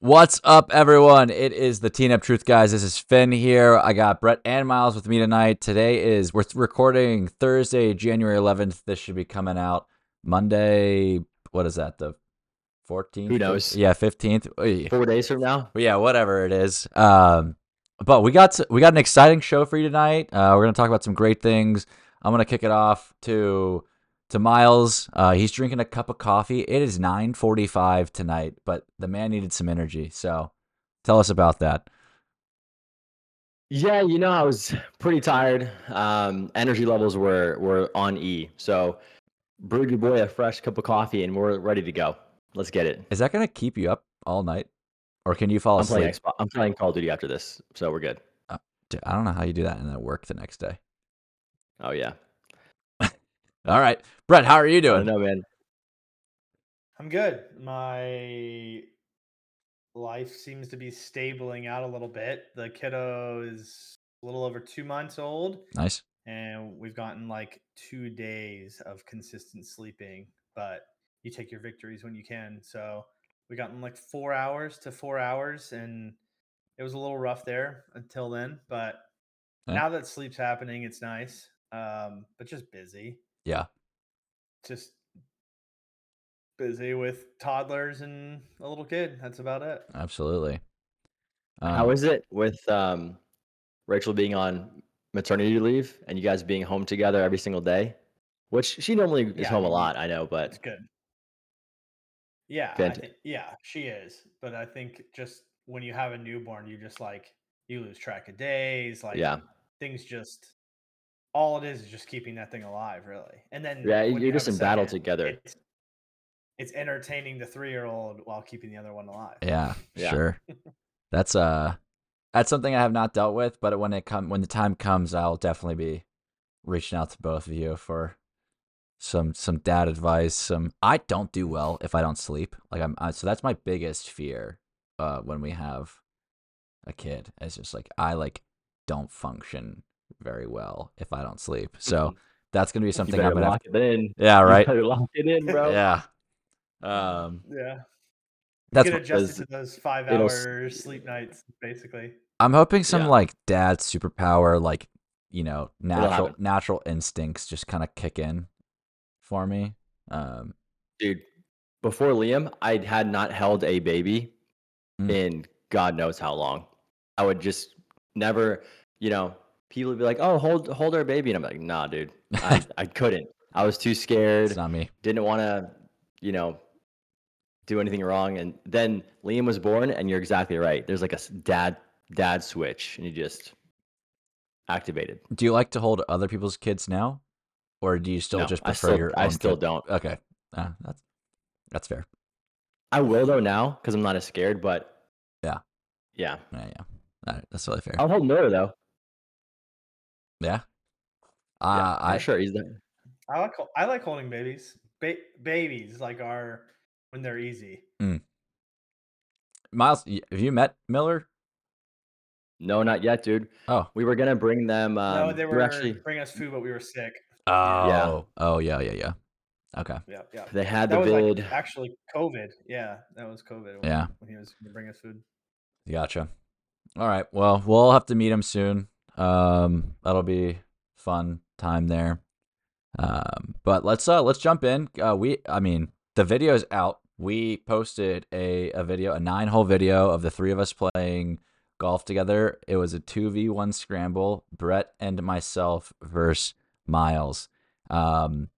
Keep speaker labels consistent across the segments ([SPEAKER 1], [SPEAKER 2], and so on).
[SPEAKER 1] What's up, everyone? It is the Teen Up Truth guys. This is Finn here. I got Brett and Miles with me tonight. Today is we're recording Thursday, January 11th. This should be coming out Monday. What is that? The 14th?
[SPEAKER 2] Who knows?
[SPEAKER 1] Yeah, 15th. Oy.
[SPEAKER 2] Four days from now.
[SPEAKER 1] Yeah, whatever it is. Um, but we got we got an exciting show for you tonight. Uh, we're gonna talk about some great things. I'm gonna kick it off to to Miles. Uh, he's drinking a cup of coffee. It is 9:45 tonight, but the man needed some energy. So, tell us about that.
[SPEAKER 2] Yeah, you know, I was pretty tired. Um, energy levels were were on E. So, brewed your boy a fresh cup of coffee, and we're ready to go. Let's get it.
[SPEAKER 1] Is that gonna keep you up all night, or can you fall
[SPEAKER 2] I'm playing
[SPEAKER 1] asleep?
[SPEAKER 2] Xbox. I'm playing Call of Duty after this, so we're good.
[SPEAKER 1] Dude, I don't know how you do that and then work the next day.
[SPEAKER 2] Oh yeah.
[SPEAKER 1] All right, Brett, how are you
[SPEAKER 2] I
[SPEAKER 1] doing?
[SPEAKER 2] don't know, man.
[SPEAKER 3] I'm good. My life seems to be stabling out a little bit. The kiddo is a little over two months old,
[SPEAKER 1] Nice.
[SPEAKER 3] and we've gotten like two days of consistent sleeping, but you take your victories when you can. So we gotten like four hours to four hours, and it was a little rough there until then. But
[SPEAKER 1] Yeah.
[SPEAKER 3] now that sleep's happening, it's nice, um, but just busy
[SPEAKER 1] Yeah.
[SPEAKER 3] just busy with toddlers and a little kid. That's about it.
[SPEAKER 1] Absolutely.
[SPEAKER 2] How
[SPEAKER 1] Um,
[SPEAKER 2] is it with um, Rachel being on maternity leave and you guys being home together every single day? Which she normally is
[SPEAKER 3] Yeah,
[SPEAKER 2] home a
[SPEAKER 3] you-
[SPEAKER 2] lot, I know, but
[SPEAKER 3] It's good. Yeah, I
[SPEAKER 2] Fant-
[SPEAKER 3] thi- yeah, she is. But I think just when you have a newborn, you just like you lose track of days. Like
[SPEAKER 2] yeah,
[SPEAKER 3] things just all it is is just keeping that thing alive, really. And then
[SPEAKER 2] yeah,
[SPEAKER 3] when you
[SPEAKER 2] you're just
[SPEAKER 3] have
[SPEAKER 2] in
[SPEAKER 3] a
[SPEAKER 2] battle
[SPEAKER 3] second,
[SPEAKER 2] together.
[SPEAKER 3] It's, it's entertaining the three year old while keeping the other one alive.
[SPEAKER 1] Yeah,
[SPEAKER 2] Yeah.
[SPEAKER 1] sure. That's uh that's something I have not dealt with, but when it come when the time comes, I'll definitely be reaching out to both of you for some some dad advice. Some I don't do well if I don't sleep. Like I'm I, so that's my biggest fear uh when we have a kid. It's just like I like don't function very well if I don't sleep.
[SPEAKER 2] Mm-hmm.
[SPEAKER 1] So that's gonna be
[SPEAKER 2] You
[SPEAKER 1] something I'm
[SPEAKER 2] better
[SPEAKER 1] gonna have,
[SPEAKER 2] lock it in.
[SPEAKER 1] Yeah,
[SPEAKER 2] You
[SPEAKER 1] right.
[SPEAKER 2] better lock it in, bro.
[SPEAKER 1] Yeah. Um
[SPEAKER 3] Yeah.
[SPEAKER 1] that's
[SPEAKER 3] Get
[SPEAKER 1] what-
[SPEAKER 3] adjusted
[SPEAKER 2] does-
[SPEAKER 3] to those five
[SPEAKER 2] it'll s-
[SPEAKER 3] hour sleep nights, basically.
[SPEAKER 1] I'm hoping some
[SPEAKER 2] Yeah.
[SPEAKER 1] like dad superpower, like you know, natural
[SPEAKER 2] happen.
[SPEAKER 1] natural instincts just kind of kick in for me. Um,
[SPEAKER 2] dude before liam i had not held a baby
[SPEAKER 1] Mm.
[SPEAKER 2] in god knows how long i would just never you know people would be like oh hold hold our baby and i'm like nah dude i, I couldn't i was too
[SPEAKER 1] it's
[SPEAKER 2] scared
[SPEAKER 1] not me.
[SPEAKER 2] didn't want to you know do anything wrong and then liam was born and you're exactly right there's like a s- dad dad switch and you just activated
[SPEAKER 1] Do you like to hold other people's kids now, or do you still
[SPEAKER 2] No,
[SPEAKER 1] just
[SPEAKER 2] I
[SPEAKER 1] prefer
[SPEAKER 2] still,
[SPEAKER 1] your?
[SPEAKER 2] i
[SPEAKER 1] own
[SPEAKER 2] still
[SPEAKER 1] kid?
[SPEAKER 2] don't
[SPEAKER 1] Okay, uh, that's that's fair.
[SPEAKER 2] i will though now because i'm not as scared but
[SPEAKER 1] Yeah.
[SPEAKER 2] yeah
[SPEAKER 1] Yeah, yeah, All right, that's totally fair.
[SPEAKER 2] i'll hold Noah though
[SPEAKER 1] yeah,
[SPEAKER 2] Yeah,
[SPEAKER 1] uh,
[SPEAKER 2] for
[SPEAKER 1] I
[SPEAKER 2] sure. He's the,
[SPEAKER 3] I like hol- I like holding babies. Ba- babies like are when they're easy.
[SPEAKER 1] Miles, y- have you met Miller?
[SPEAKER 2] no, not yet, dude.
[SPEAKER 1] Oh,
[SPEAKER 2] We were gonna bring them. Um,
[SPEAKER 3] no, they
[SPEAKER 2] we
[SPEAKER 3] were
[SPEAKER 2] actually.
[SPEAKER 3] bringing us food, but we were sick.
[SPEAKER 1] oh,
[SPEAKER 2] Yeah.
[SPEAKER 1] oh, yeah, yeah, yeah. Okay,
[SPEAKER 3] Yeah, yeah.
[SPEAKER 2] They had
[SPEAKER 3] That
[SPEAKER 2] the
[SPEAKER 3] was
[SPEAKER 2] vid.
[SPEAKER 3] like actually COVID. Yeah, that was COVID. When,
[SPEAKER 1] Yeah.
[SPEAKER 3] when he was gonna bring us food.
[SPEAKER 1] Gotcha. All right. Well, we'll all have to meet him soon. Um, that'll be fun time there. Um, but let's uh let's jump in. Uh, we I mean the video is out. We posted a a video, a nine hole video of the three of us playing golf together. It was a two v one scramble. Brett and myself versus Miles. Um,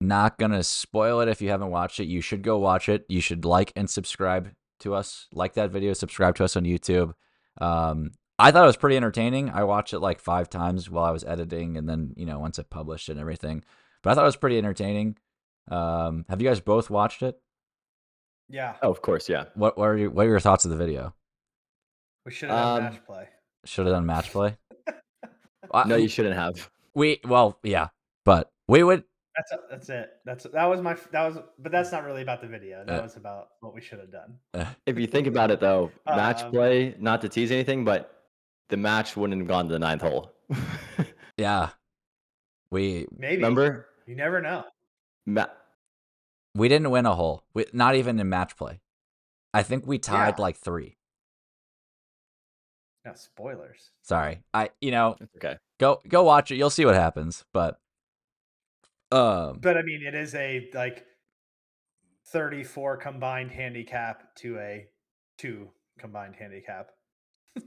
[SPEAKER 1] not gonna spoil it if you haven't watched it. You should go watch it. You should like and subscribe to us. Like that video, subscribe to us on YouTube. Um, I thought it was pretty entertaining. I watched it like five times while I was editing, and then you know once it published and everything. But I thought it was pretty entertaining. Um, have you guys both watched it?
[SPEAKER 3] Yeah,
[SPEAKER 2] Oh, of course, yeah.
[SPEAKER 1] What what are your, what are your thoughts of the video?
[SPEAKER 3] we should have
[SPEAKER 2] Um,
[SPEAKER 3] done match play.
[SPEAKER 1] Should have done match play. I-
[SPEAKER 2] No, you shouldn't have.
[SPEAKER 1] we well yeah, but we would
[SPEAKER 3] That's a, that's it. That's that was my f- that was, but that's not really about the video. That
[SPEAKER 1] Uh,
[SPEAKER 3] was about what we should have done.
[SPEAKER 2] If you think about it, though, match
[SPEAKER 3] Um,
[SPEAKER 2] play. Not to tease anything, but the match wouldn't have gone to the ninth hole.
[SPEAKER 1] yeah, we
[SPEAKER 3] Maybe
[SPEAKER 2] Remember,
[SPEAKER 3] you never know.
[SPEAKER 2] Ma-
[SPEAKER 1] we didn't win a hole. We, not even in match play. I think we tied
[SPEAKER 3] Yeah.
[SPEAKER 1] like three.
[SPEAKER 3] Now spoilers.
[SPEAKER 1] Sorry, I you know
[SPEAKER 2] It's okay.
[SPEAKER 1] go go watch it. You'll see what happens. But um,
[SPEAKER 3] But I mean, it is a like 34 combined handicap to a two combined handicap.
[SPEAKER 1] dude,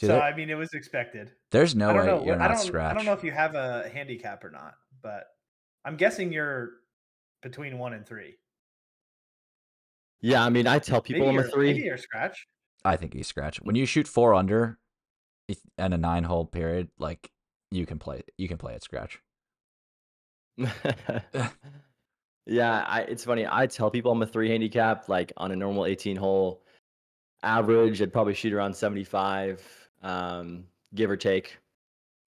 [SPEAKER 3] so
[SPEAKER 1] there-
[SPEAKER 3] I mean, it was expected.
[SPEAKER 1] there's no
[SPEAKER 3] I
[SPEAKER 1] way
[SPEAKER 3] don't know.
[SPEAKER 1] you're not
[SPEAKER 3] I don't.
[SPEAKER 1] scratched.
[SPEAKER 3] I don't know if you have a handicap or not, but I'm guessing you're between one and three.
[SPEAKER 2] Yeah, I mean, I tell people I'm
[SPEAKER 3] maybe
[SPEAKER 2] a
[SPEAKER 3] you're, Maybe
[SPEAKER 2] three.
[SPEAKER 3] you're scratch.
[SPEAKER 1] I think you scratch when you shoot four under if- and a nine hole period. Like you can play, you can play at scratch.
[SPEAKER 2] yeah, I, it's funny. I tell people I'm a three handicap. Like on a normal 18 hole average, I'd probably shoot around 75, um, give or take.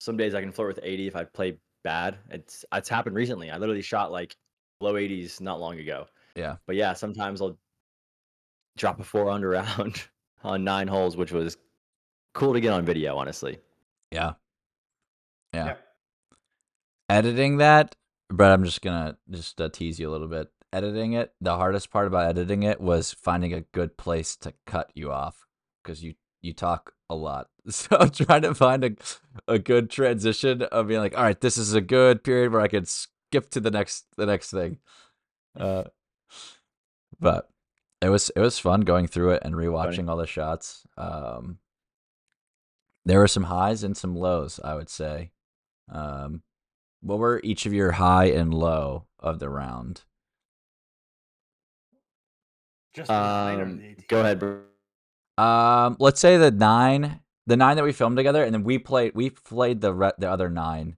[SPEAKER 2] Some days I can flirt with 80 if I play bad. It's it's happened recently. I literally shot like low 80s not long ago.
[SPEAKER 1] Yeah.
[SPEAKER 2] But yeah, sometimes I'll drop a four under round on nine holes, which was cool to get on video, honestly.
[SPEAKER 1] Yeah. Yeah.
[SPEAKER 3] Yep.
[SPEAKER 1] Editing that, but I'm just gonna just uh, tease you a little bit. Editing it, the hardest part about editing it was finding a good place to cut you off because you you talk a lot. So trying to find a a good transition of being like, all right, this is a good period where I could skip to the next the next thing. Uh, but it was it was fun going through it and rewatching all the shots. Um, there were some highs and some lows, I would say. Um, what were each of your high and low of the round?
[SPEAKER 3] Just minor
[SPEAKER 2] Um, go ahead, bro.
[SPEAKER 1] Um, let's say the nine, the nine that we filmed together, and then we played we played the re- the other nine,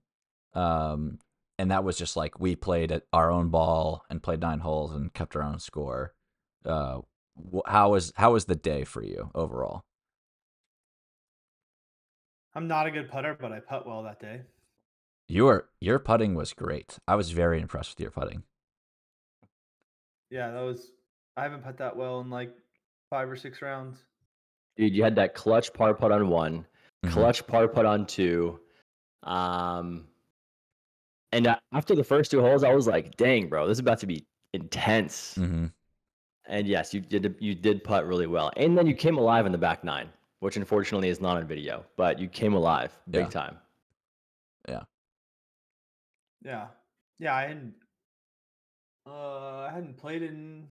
[SPEAKER 1] um, and that was just like we played at our own ball and played nine holes and kept our own score. Uh, wh- how was how was the day for you overall?
[SPEAKER 3] I'm not a good putter, but I putt well that day.
[SPEAKER 1] Your your putting was great. I was very impressed with your putting.
[SPEAKER 3] Yeah, that was. I haven't put that well in like five or six rounds.
[SPEAKER 2] Dude, you had that clutch par putt on one.
[SPEAKER 1] Mhm.
[SPEAKER 2] clutch par putt on two. Um, and a- after the first two holes, I was like, "Dang, bro, this is about to be intense."
[SPEAKER 1] Mhm.
[SPEAKER 2] And yes, you did you did putt really well, and then you came alive in the back nine, which unfortunately is not on video, but you came alive big
[SPEAKER 1] Yeah.
[SPEAKER 2] time.
[SPEAKER 3] Yeah, yeah. I hadn't. Uh, I hadn't played in.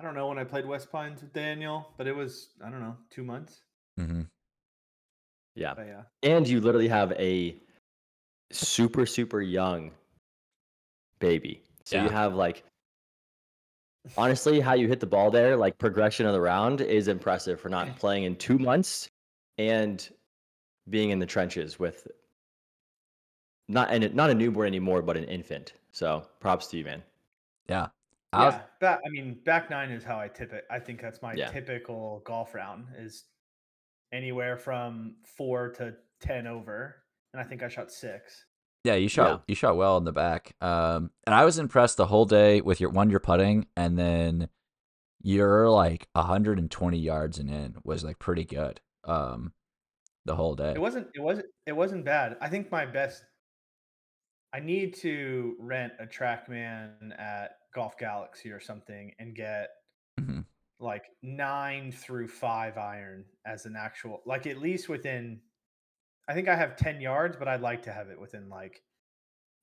[SPEAKER 3] I don't know when I played West Pines with Daniel, but it was I don't know two months.
[SPEAKER 1] Mhm.
[SPEAKER 2] Yeah,
[SPEAKER 3] But yeah,
[SPEAKER 2] and you literally have a super super young baby, so you
[SPEAKER 1] Yeah.
[SPEAKER 2] have like. Honestly, how you hit the ball there, like progression of the round, is impressive for not playing in two months and being in the trenches with not and not a newborn anymore, but an infant. So props to you, man.
[SPEAKER 1] Yeah. I was-
[SPEAKER 3] yeah. Back, I mean, back nine is how I tip it. I think that's my
[SPEAKER 2] Yeah.
[SPEAKER 3] typical golf round is anywhere from four to ten over, and I think I shot six.
[SPEAKER 1] Yeah, you shot
[SPEAKER 2] Yeah.
[SPEAKER 1] you shot well in the back. Um, and I was impressed the whole day with your one your putting, and then you're like 120 yards and in was like pretty good. Um, the whole day.
[SPEAKER 3] It wasn't. It wasn't. It wasn't bad. I think my best. I need to rent a TrackMan at Golf Galaxy or something and get
[SPEAKER 1] Mhm.
[SPEAKER 3] like nine through five iron as an actual, like at least within. I think I have ten yards, but I'd like to have it within like.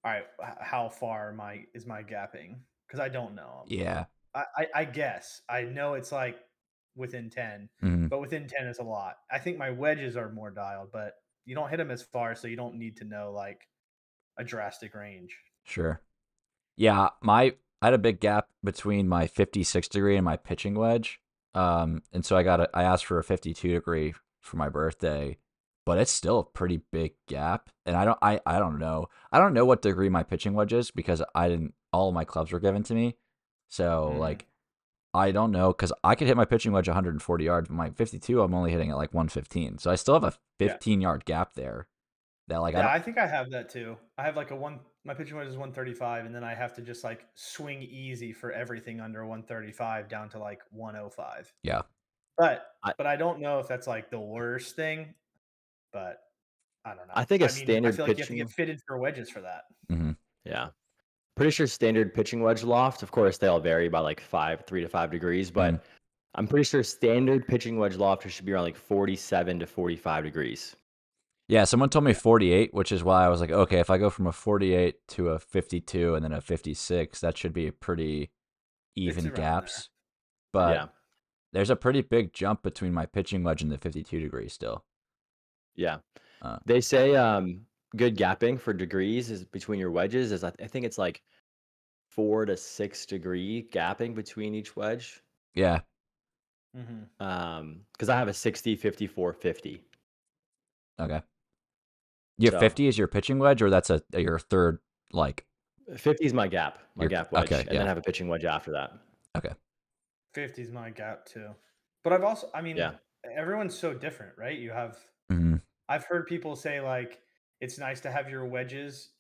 [SPEAKER 3] All right, h- how far am I is my gapping? Because I don't know.
[SPEAKER 1] Yeah.
[SPEAKER 3] I, I I guess I know it's like within ten,
[SPEAKER 1] Mhm.
[SPEAKER 3] but within 10 is a lot. I think my wedges are more dialed, but you don't hit them as far, so you don't need to know like a drastic range.
[SPEAKER 1] Sure. Yeah, my I had a big gap between my 56 degree and my pitching wedge. Um, and so I got a, I asked for a 52 degree for my birthday, but it's still a pretty big gap. And I don't I I don't know. I don't know what degree my pitching wedge is because I didn't all of my clubs were given to me. So
[SPEAKER 3] Mhm.
[SPEAKER 1] like I don't know because I could hit my pitching wedge 140 yards, but my 52 I'm only hitting at like 115. So I still have a
[SPEAKER 3] Yeah.
[SPEAKER 1] 15 yard gap there. That like I
[SPEAKER 3] yeah,
[SPEAKER 1] don't,
[SPEAKER 3] I think I have that too. I have like a one my pitching wedge is 135 and then I have to just like swing easy for everything under 135 down to like 105.
[SPEAKER 1] Yeah.
[SPEAKER 3] But
[SPEAKER 2] I-
[SPEAKER 3] but I don't know if that's like the worst thing, but I don't know.
[SPEAKER 2] I think a
[SPEAKER 3] a
[SPEAKER 2] standard
[SPEAKER 3] I feel like you have to
[SPEAKER 2] pitching-
[SPEAKER 3] get fitted for wedges for that.
[SPEAKER 2] Yeah. pretty sure standard pitching wedge loft. Of course, they all vary by like five, three to five degrees, but
[SPEAKER 1] Mhm.
[SPEAKER 2] I'm pretty sure standard pitching wedge loft should be around like 47 to 45 degrees.
[SPEAKER 1] Yeah, someone told me 48, which is why I was like, okay, if I go from a 48 to a 52 and then a 56, that should be pretty even
[SPEAKER 3] around there.
[SPEAKER 1] gaps. But
[SPEAKER 2] yeah,
[SPEAKER 1] there's a pretty big jump between my pitching wedge and the 52 degree still.
[SPEAKER 2] yeah.
[SPEAKER 1] Uh.
[SPEAKER 2] they say um, good gapping for degrees is between your wedges is I, I think it's like four to six degree gapping between each wedge.
[SPEAKER 1] Yeah,
[SPEAKER 3] Mm-hmm.
[SPEAKER 2] Um, because I have a 60, 54, 50.
[SPEAKER 1] okay. You have
[SPEAKER 2] So-
[SPEAKER 1] 50 is your pitching wedge, or that's a your third like
[SPEAKER 2] 50 Uh, is my gap, my
[SPEAKER 1] Your-
[SPEAKER 2] gap wedge,
[SPEAKER 1] okay,
[SPEAKER 2] and
[SPEAKER 1] yeah.
[SPEAKER 2] then I have a pitching wedge after that.
[SPEAKER 3] 50's my gap too. But I've also, I mean,
[SPEAKER 2] Yeah.
[SPEAKER 3] everyone's so different, right? You have,
[SPEAKER 1] mhm.
[SPEAKER 3] I've heard people say like it's nice to have your wedges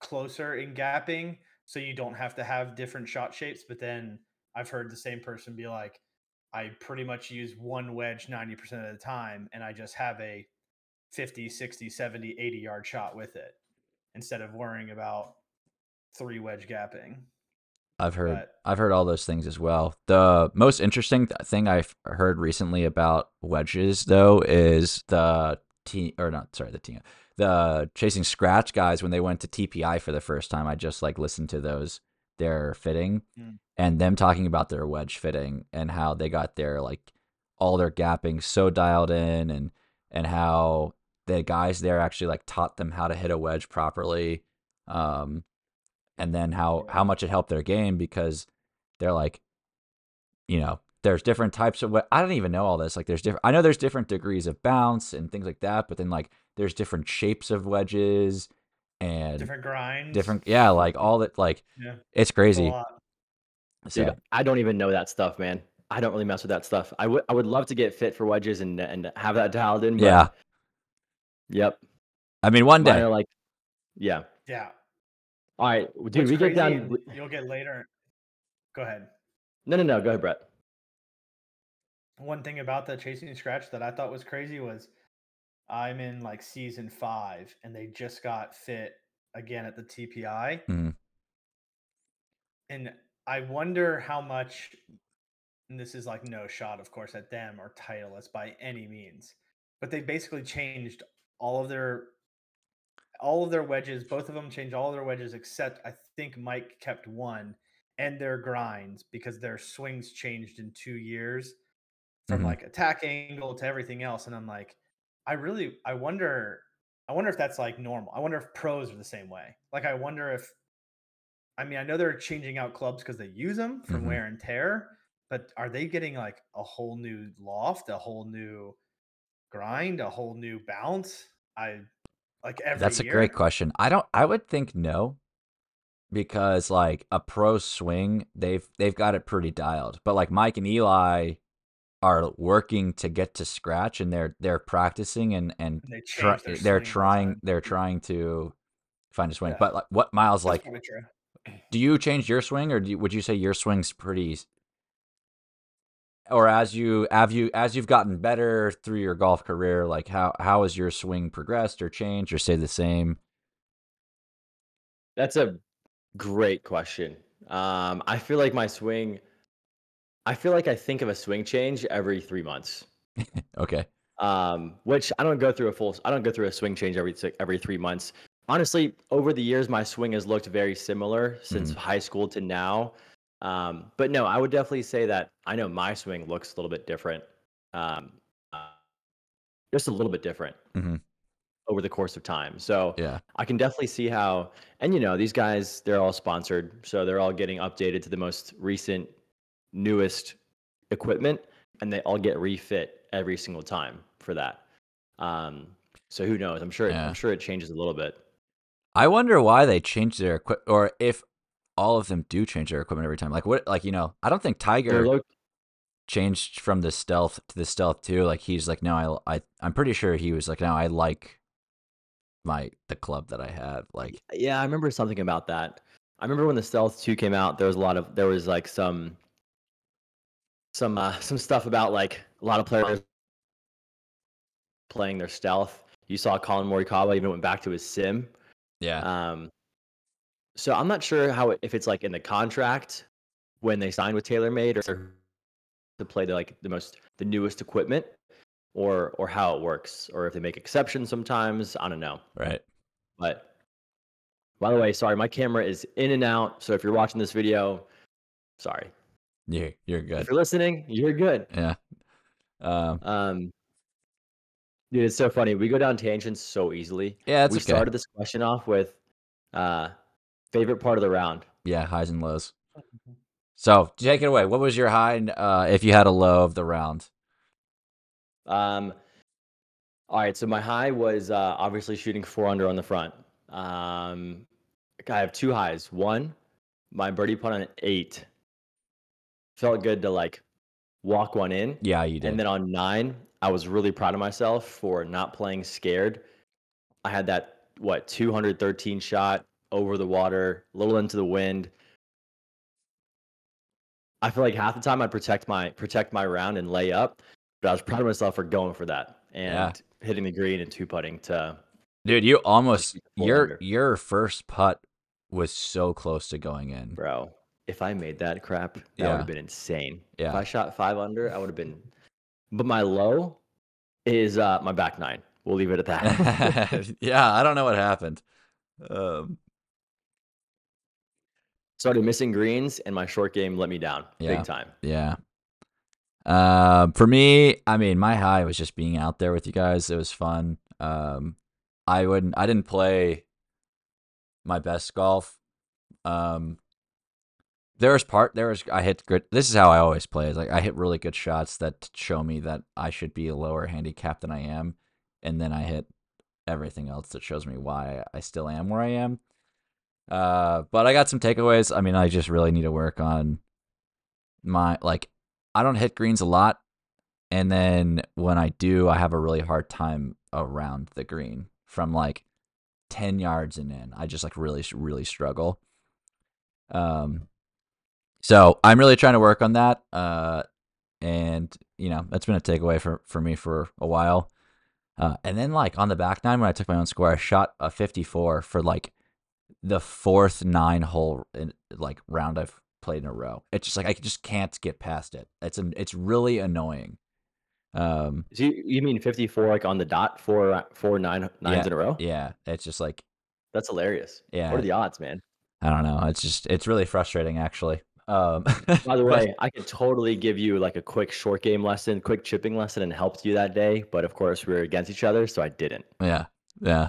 [SPEAKER 3] closer in gapping so you don't have to have different shot shapes. But then I've heard the same person be like, I pretty much use one wedge 90% of the time and I just have a 50, 60, 70, 80 yard shot with it instead of worrying about three wedge gapping.
[SPEAKER 1] I've heard
[SPEAKER 3] But-
[SPEAKER 1] I've heard all those things as well. The most interesting th- thing I've heard recently about wedges though is the team or not sorry the team the chasing scratch guys when they went to TPI for the first time. I just like listened to those their fitting
[SPEAKER 3] Mm.
[SPEAKER 1] and them talking about their wedge fitting and how they got their like all their gapping so dialed in and and how the guys there actually like taught them how to hit a wedge properly um and then how how much it helped their game because they're like you know there's different types of what I don't even know all this like there's different I know there's different degrees of bounce and things like that but then like there's different shapes of wedges and different,
[SPEAKER 3] Different grinds.
[SPEAKER 1] yeah like all that like
[SPEAKER 3] Yeah.
[SPEAKER 1] it's
[SPEAKER 3] it's a
[SPEAKER 1] crazy
[SPEAKER 3] lot.
[SPEAKER 1] so
[SPEAKER 2] Dude, I don't even know that stuff, man. I don't really mess with that stuff. I would I would love to get fit for wedges and and have that dialed in. But
[SPEAKER 1] yeah
[SPEAKER 2] Yep.
[SPEAKER 1] I mean one
[SPEAKER 2] mine
[SPEAKER 1] day
[SPEAKER 2] are like, yeah.
[SPEAKER 3] Yeah.
[SPEAKER 2] All right, w- dude.
[SPEAKER 3] What's
[SPEAKER 2] we
[SPEAKER 3] crazy
[SPEAKER 2] get down.
[SPEAKER 3] and
[SPEAKER 2] w-
[SPEAKER 3] You'll get later. Go ahead.
[SPEAKER 2] No, no, no. Go ahead, Brett.
[SPEAKER 3] One thing about the chasing and scratch that I thought was crazy was I'm in like season five and they just got fit again at the TPI.
[SPEAKER 1] Mhm.
[SPEAKER 3] And I wonder how much, and this is like no shot, of course, at them or Titleist by any means, but they basically changed all of their. All of their wedges, both of them changed all of their wedges except I think Mike kept one and their grinds because their swings changed in two years from
[SPEAKER 1] Mhm.
[SPEAKER 3] like attack angle to everything else. And I'm like, I really, I wonder, I wonder if that's like normal. I wonder if pros are the same way. Like, I wonder if, I mean, I know they're changing out clubs because they use them from
[SPEAKER 1] Mhm.
[SPEAKER 3] wear and tear, but are they getting like a whole new loft, a whole new grind, a whole new bounce? I like every
[SPEAKER 1] That's a
[SPEAKER 3] year?
[SPEAKER 1] great question. I don't I would think no because like a pro swing, they've they've got it pretty dialed. But like Mike and Eli are working to get to scratch and they're they're practicing and and
[SPEAKER 3] And They
[SPEAKER 1] try,
[SPEAKER 3] change their swing all
[SPEAKER 1] they're
[SPEAKER 3] the
[SPEAKER 1] trying
[SPEAKER 3] time.
[SPEAKER 1] they're trying to find a swing.
[SPEAKER 3] Yeah.
[SPEAKER 1] But like what Miles
[SPEAKER 3] That's
[SPEAKER 1] like
[SPEAKER 3] kinda true.
[SPEAKER 1] do you change your swing or do you, would you say your swing's pretty s- or as you have you as you've gotten better through your golf career like how how has your swing progressed or changed or stayed the same?
[SPEAKER 2] That's a great question. Um, I feel like my swing. I feel like I think of a swing change every three months.
[SPEAKER 1] Okay.
[SPEAKER 2] um, which I don't go through a full. I don't go through a swing change every si- every three months. Honestly, over the years, my swing has looked very similar since high school to now. Um, but no, I would definitely say that I know my swing looks a little bit different, um, uh, just a little bit different
[SPEAKER 1] Mhm.
[SPEAKER 2] over the course of time. So
[SPEAKER 1] Yeah.
[SPEAKER 2] I can definitely see how, and you know, these guys, they're all sponsored. So they're all getting updated to the most recent, newest equipment, and they all get refit every single time for that. Um, so who knows? I'm sure, it,
[SPEAKER 1] Yeah.
[SPEAKER 2] I'm sure it changes a little bit.
[SPEAKER 1] I wonder why they change their equipment, or if all of them do change their equipment every time. Like what? Like you know, I don't think
[SPEAKER 2] They're
[SPEAKER 1] Tiger
[SPEAKER 2] low-
[SPEAKER 1] changed from the stealth to the stealth too. Like he's like, no, I, I, I'm pretty sure he was like, no, I like my the club that I have. Like,
[SPEAKER 2] yeah, I remember something about that. I remember when the Stealth 2 came out, there was a lot of, there was like some, some, uh, some stuff about like a lot of players playing their Uh, Stealth. You saw Colin Morikawa even went back to his sim.
[SPEAKER 1] yeah,
[SPEAKER 2] Um, So I'm not sure how it, if it's like in the contract when they signed with TaylorMade or to play the like the most the newest equipment or or how it works or if they make exceptions sometimes. I don't know.
[SPEAKER 1] Right.
[SPEAKER 2] But by the way, sorry, my camera is in and out. So if you're watching this video, sorry.
[SPEAKER 1] You you're good.
[SPEAKER 2] If you're listening, you're good.
[SPEAKER 1] Yeah. Um.
[SPEAKER 2] Um, dude, it's so funny. We go down tangents so easily.
[SPEAKER 1] Yeah. It's
[SPEAKER 2] we
[SPEAKER 1] okay.
[SPEAKER 2] started this question off with uh, favorite part of the round.
[SPEAKER 1] Yeah. Highs and lows.
[SPEAKER 2] Mm-hmm.
[SPEAKER 1] So take it away. What was your high? And, uh, if you had a low of the round.
[SPEAKER 2] Um, all right, so my high was uh, obviously shooting four under on the front. Um, I have two highs. One, my birdie putt on an eight. Felt good to like walk one in.
[SPEAKER 1] Yeah, you did.
[SPEAKER 2] And then on nine, I was really proud of myself for not playing scared. I had that, what, 213 shot over the water, little into the wind. I feel like half the time I protect my protect my round and lay up, but I was proud of myself for going for that and
[SPEAKER 1] Yeah. Mm.
[SPEAKER 2] hitting the green and two putting to
[SPEAKER 1] Dude, you almost
[SPEAKER 2] shoot the four
[SPEAKER 1] your
[SPEAKER 2] under.
[SPEAKER 1] your first putt was so close to going in.
[SPEAKER 2] bro. If I made that crap, that would
[SPEAKER 1] Yeah.
[SPEAKER 2] have been insane. If
[SPEAKER 1] Yeah.
[SPEAKER 2] I shot five under, I would have been. But my low is uh, my back nine. We'll leave it at that.
[SPEAKER 1] yeah, I don't know what happened. Um,
[SPEAKER 2] started missing greens and my short game let me down
[SPEAKER 1] Yeah.
[SPEAKER 2] big time.
[SPEAKER 1] yeah. Um, for me, I mean, my high was just being out there with you guys. It was fun. Um, I wouldn't. I didn't play my best golf. Um, there was part. There was. I hit good. This is how I always play. Is like I hit really good shots that show me that I should be a lower handicap than I am, and then I hit everything else that shows me why I still am where I am. Uh, but I got some takeaways. I mean, I just really need to work on my like. I don't hit greens a lot, and then when I do, I have a really hard time around the green from like ten yards and in. I just like really really struggle. Um, so I'm really trying to work on that. Uh, and you know that's been a takeaway for for me for a while. Uh, and then like on the back nine when I took my own score, I shot a 54 for like the fourth nine hole in, like round I've played in a row. It's just like I just can't get past it. It's an it's really annoying. Um,
[SPEAKER 2] So you, you mean 54 like on the dot four uh, four nine nines in a row?
[SPEAKER 1] yeah, it's just like
[SPEAKER 2] That's hilarious.
[SPEAKER 1] yeah,
[SPEAKER 2] What are the odds, man?
[SPEAKER 1] I don't know. It's just it's really frustrating actually. Um,
[SPEAKER 2] By
[SPEAKER 1] but-
[SPEAKER 2] the way, I could totally give you like a quick short game lesson, quick chipping lesson and helped you that day, but of course we were against each other, so I didn't.
[SPEAKER 1] yeah, yeah.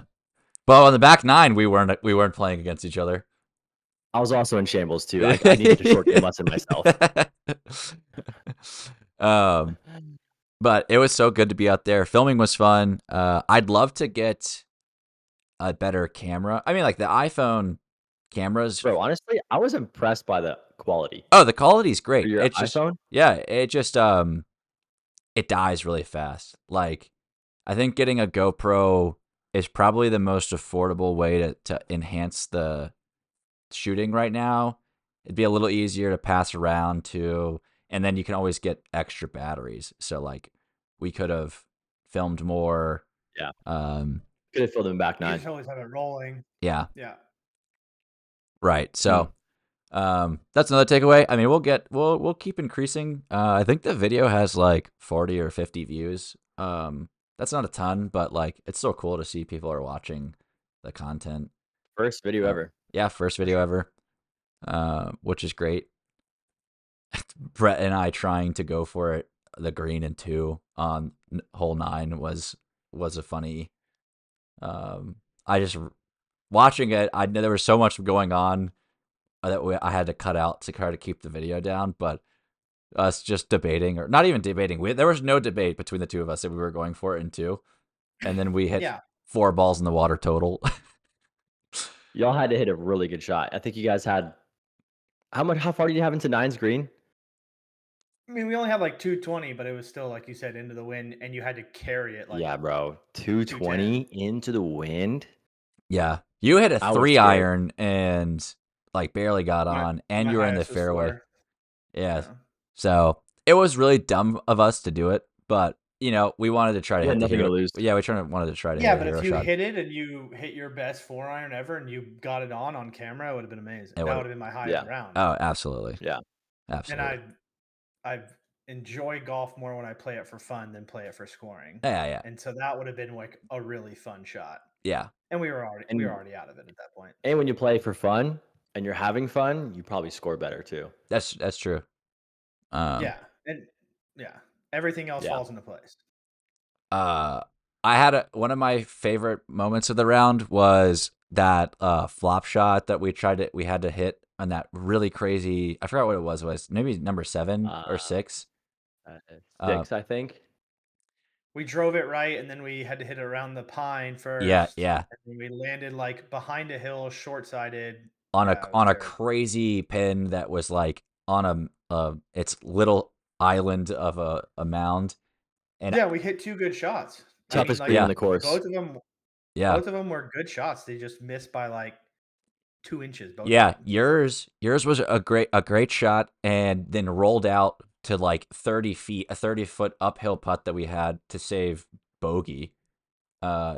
[SPEAKER 1] But on the back nine, we weren't we weren't playing against each other.
[SPEAKER 2] I was also in shambles too. I, I needed a short game lesson myself.
[SPEAKER 1] um, but it was so good to be out there. Filming was fun. Uh, I'd love to get a better camera. I mean, like the iPhone cameras.
[SPEAKER 2] Bro, honestly, I was impressed by the quality.
[SPEAKER 1] Oh, the quality's great.
[SPEAKER 2] For your
[SPEAKER 1] It's just
[SPEAKER 2] iPhone?
[SPEAKER 1] yeah, it just um, it dies really fast. Like, I think getting a GoPro is probably the most affordable way to to enhance the shooting right now. It'd be a little easier to pass around to, and then you can always get extra batteries. So like, we could have filmed more.
[SPEAKER 2] Yeah.
[SPEAKER 1] Um.
[SPEAKER 2] could have filled in back
[SPEAKER 3] You
[SPEAKER 2] nine.
[SPEAKER 3] just always have it rolling.
[SPEAKER 1] Yeah.
[SPEAKER 3] Yeah.
[SPEAKER 1] Right. So, um, that's another takeaway. I mean, we'll get we'll we'll keep increasing. Uh, I think the video has like forty or fifty views. Um, that's not a ton, but like it's still cool to see people are watching the content.
[SPEAKER 2] First video
[SPEAKER 1] Yeah.
[SPEAKER 2] ever.
[SPEAKER 1] Yeah, first video ever, uh, which is great. Brett and I trying to go for it the green and two on n- hole nine was was a funny. Um, I just r- watching it. I know there was so much going on that we, I had to cut out to try to keep the video down, but us just debating or not even debating. We, there was no debate between the two of us that we were going for it in two, and then we hit
[SPEAKER 3] Yeah.
[SPEAKER 1] four balls in the water total.
[SPEAKER 2] Y'all had to hit a really good shot. I think you guys had how much how far did you have into nines green?
[SPEAKER 3] I mean, we only had like 220, but it was still, like you said, into the wind, and you had to carry it. Like,
[SPEAKER 2] yeah, bro. 220 into the wind.
[SPEAKER 1] Yeah. You hit a
[SPEAKER 2] I was
[SPEAKER 1] three
[SPEAKER 2] scared.
[SPEAKER 1] iron and like barely got
[SPEAKER 3] My-
[SPEAKER 1] on, and
[SPEAKER 3] my
[SPEAKER 1] you were in the
[SPEAKER 3] highest was
[SPEAKER 1] fairway.
[SPEAKER 3] four.
[SPEAKER 1] Yeah.
[SPEAKER 3] Yeah.
[SPEAKER 1] So it was really dumb of us to do it, but you know, we wanted to try to
[SPEAKER 2] Yeah,
[SPEAKER 1] hit the
[SPEAKER 2] nothing to
[SPEAKER 1] hero.
[SPEAKER 2] lose.
[SPEAKER 1] Yeah, we tried, wanted to try to
[SPEAKER 3] yeah,
[SPEAKER 1] hit
[SPEAKER 3] but
[SPEAKER 1] a hero
[SPEAKER 3] if you
[SPEAKER 1] shot.
[SPEAKER 3] hit it and you hit your best four iron ever and you got it on on camera, it would have been amazing.
[SPEAKER 1] It
[SPEAKER 3] that
[SPEAKER 1] would've-
[SPEAKER 3] would have been my highest
[SPEAKER 2] yeah.
[SPEAKER 3] round.
[SPEAKER 1] oh, absolutely.
[SPEAKER 2] Yeah.
[SPEAKER 3] and
[SPEAKER 1] Absolutely.
[SPEAKER 3] I, I enjoy golf more when I play it for fun than play it for scoring.
[SPEAKER 1] yeah, yeah,
[SPEAKER 3] And so that would have been like a really fun shot.
[SPEAKER 1] yeah.
[SPEAKER 3] And we were already we were
[SPEAKER 2] And-
[SPEAKER 3] already out of it at that point.
[SPEAKER 2] And when you play for fun and you're having fun, you probably score better too.
[SPEAKER 1] That's that's true. Um,
[SPEAKER 3] yeah, and yeah, everything else
[SPEAKER 2] Yeah.
[SPEAKER 3] falls into place.
[SPEAKER 1] uh I had a, one of my favorite moments of the round was that uh flop shot that we tried to we had to hit on that really crazy I forgot what it was it was maybe number 7
[SPEAKER 2] Uh,
[SPEAKER 1] or 6
[SPEAKER 2] Uh,
[SPEAKER 1] Uh,
[SPEAKER 2] six, I think.
[SPEAKER 3] We drove it right, and then we had to hit it around the pine first.
[SPEAKER 1] yeah yeah
[SPEAKER 3] And then we landed like behind a hill, short sided.
[SPEAKER 1] on
[SPEAKER 3] Yeah, it
[SPEAKER 1] a
[SPEAKER 3] was
[SPEAKER 1] on a
[SPEAKER 3] terrible.
[SPEAKER 1] crazy pin that was like on a uh its little island of a, a mound and
[SPEAKER 3] Yeah, we hit two good shots. I mean,
[SPEAKER 2] Toughest
[SPEAKER 3] like,
[SPEAKER 2] green
[SPEAKER 1] Yeah.
[SPEAKER 2] on the course.
[SPEAKER 3] Both of them,
[SPEAKER 1] yeah
[SPEAKER 3] both of them were good shots. They just missed by like two inches. Both. of
[SPEAKER 1] Yeah,
[SPEAKER 3] them.
[SPEAKER 1] yours yours was a great a great shot, and then rolled out to like thirty feet, a thirty foot uphill putt that we had to save bogey. Uh,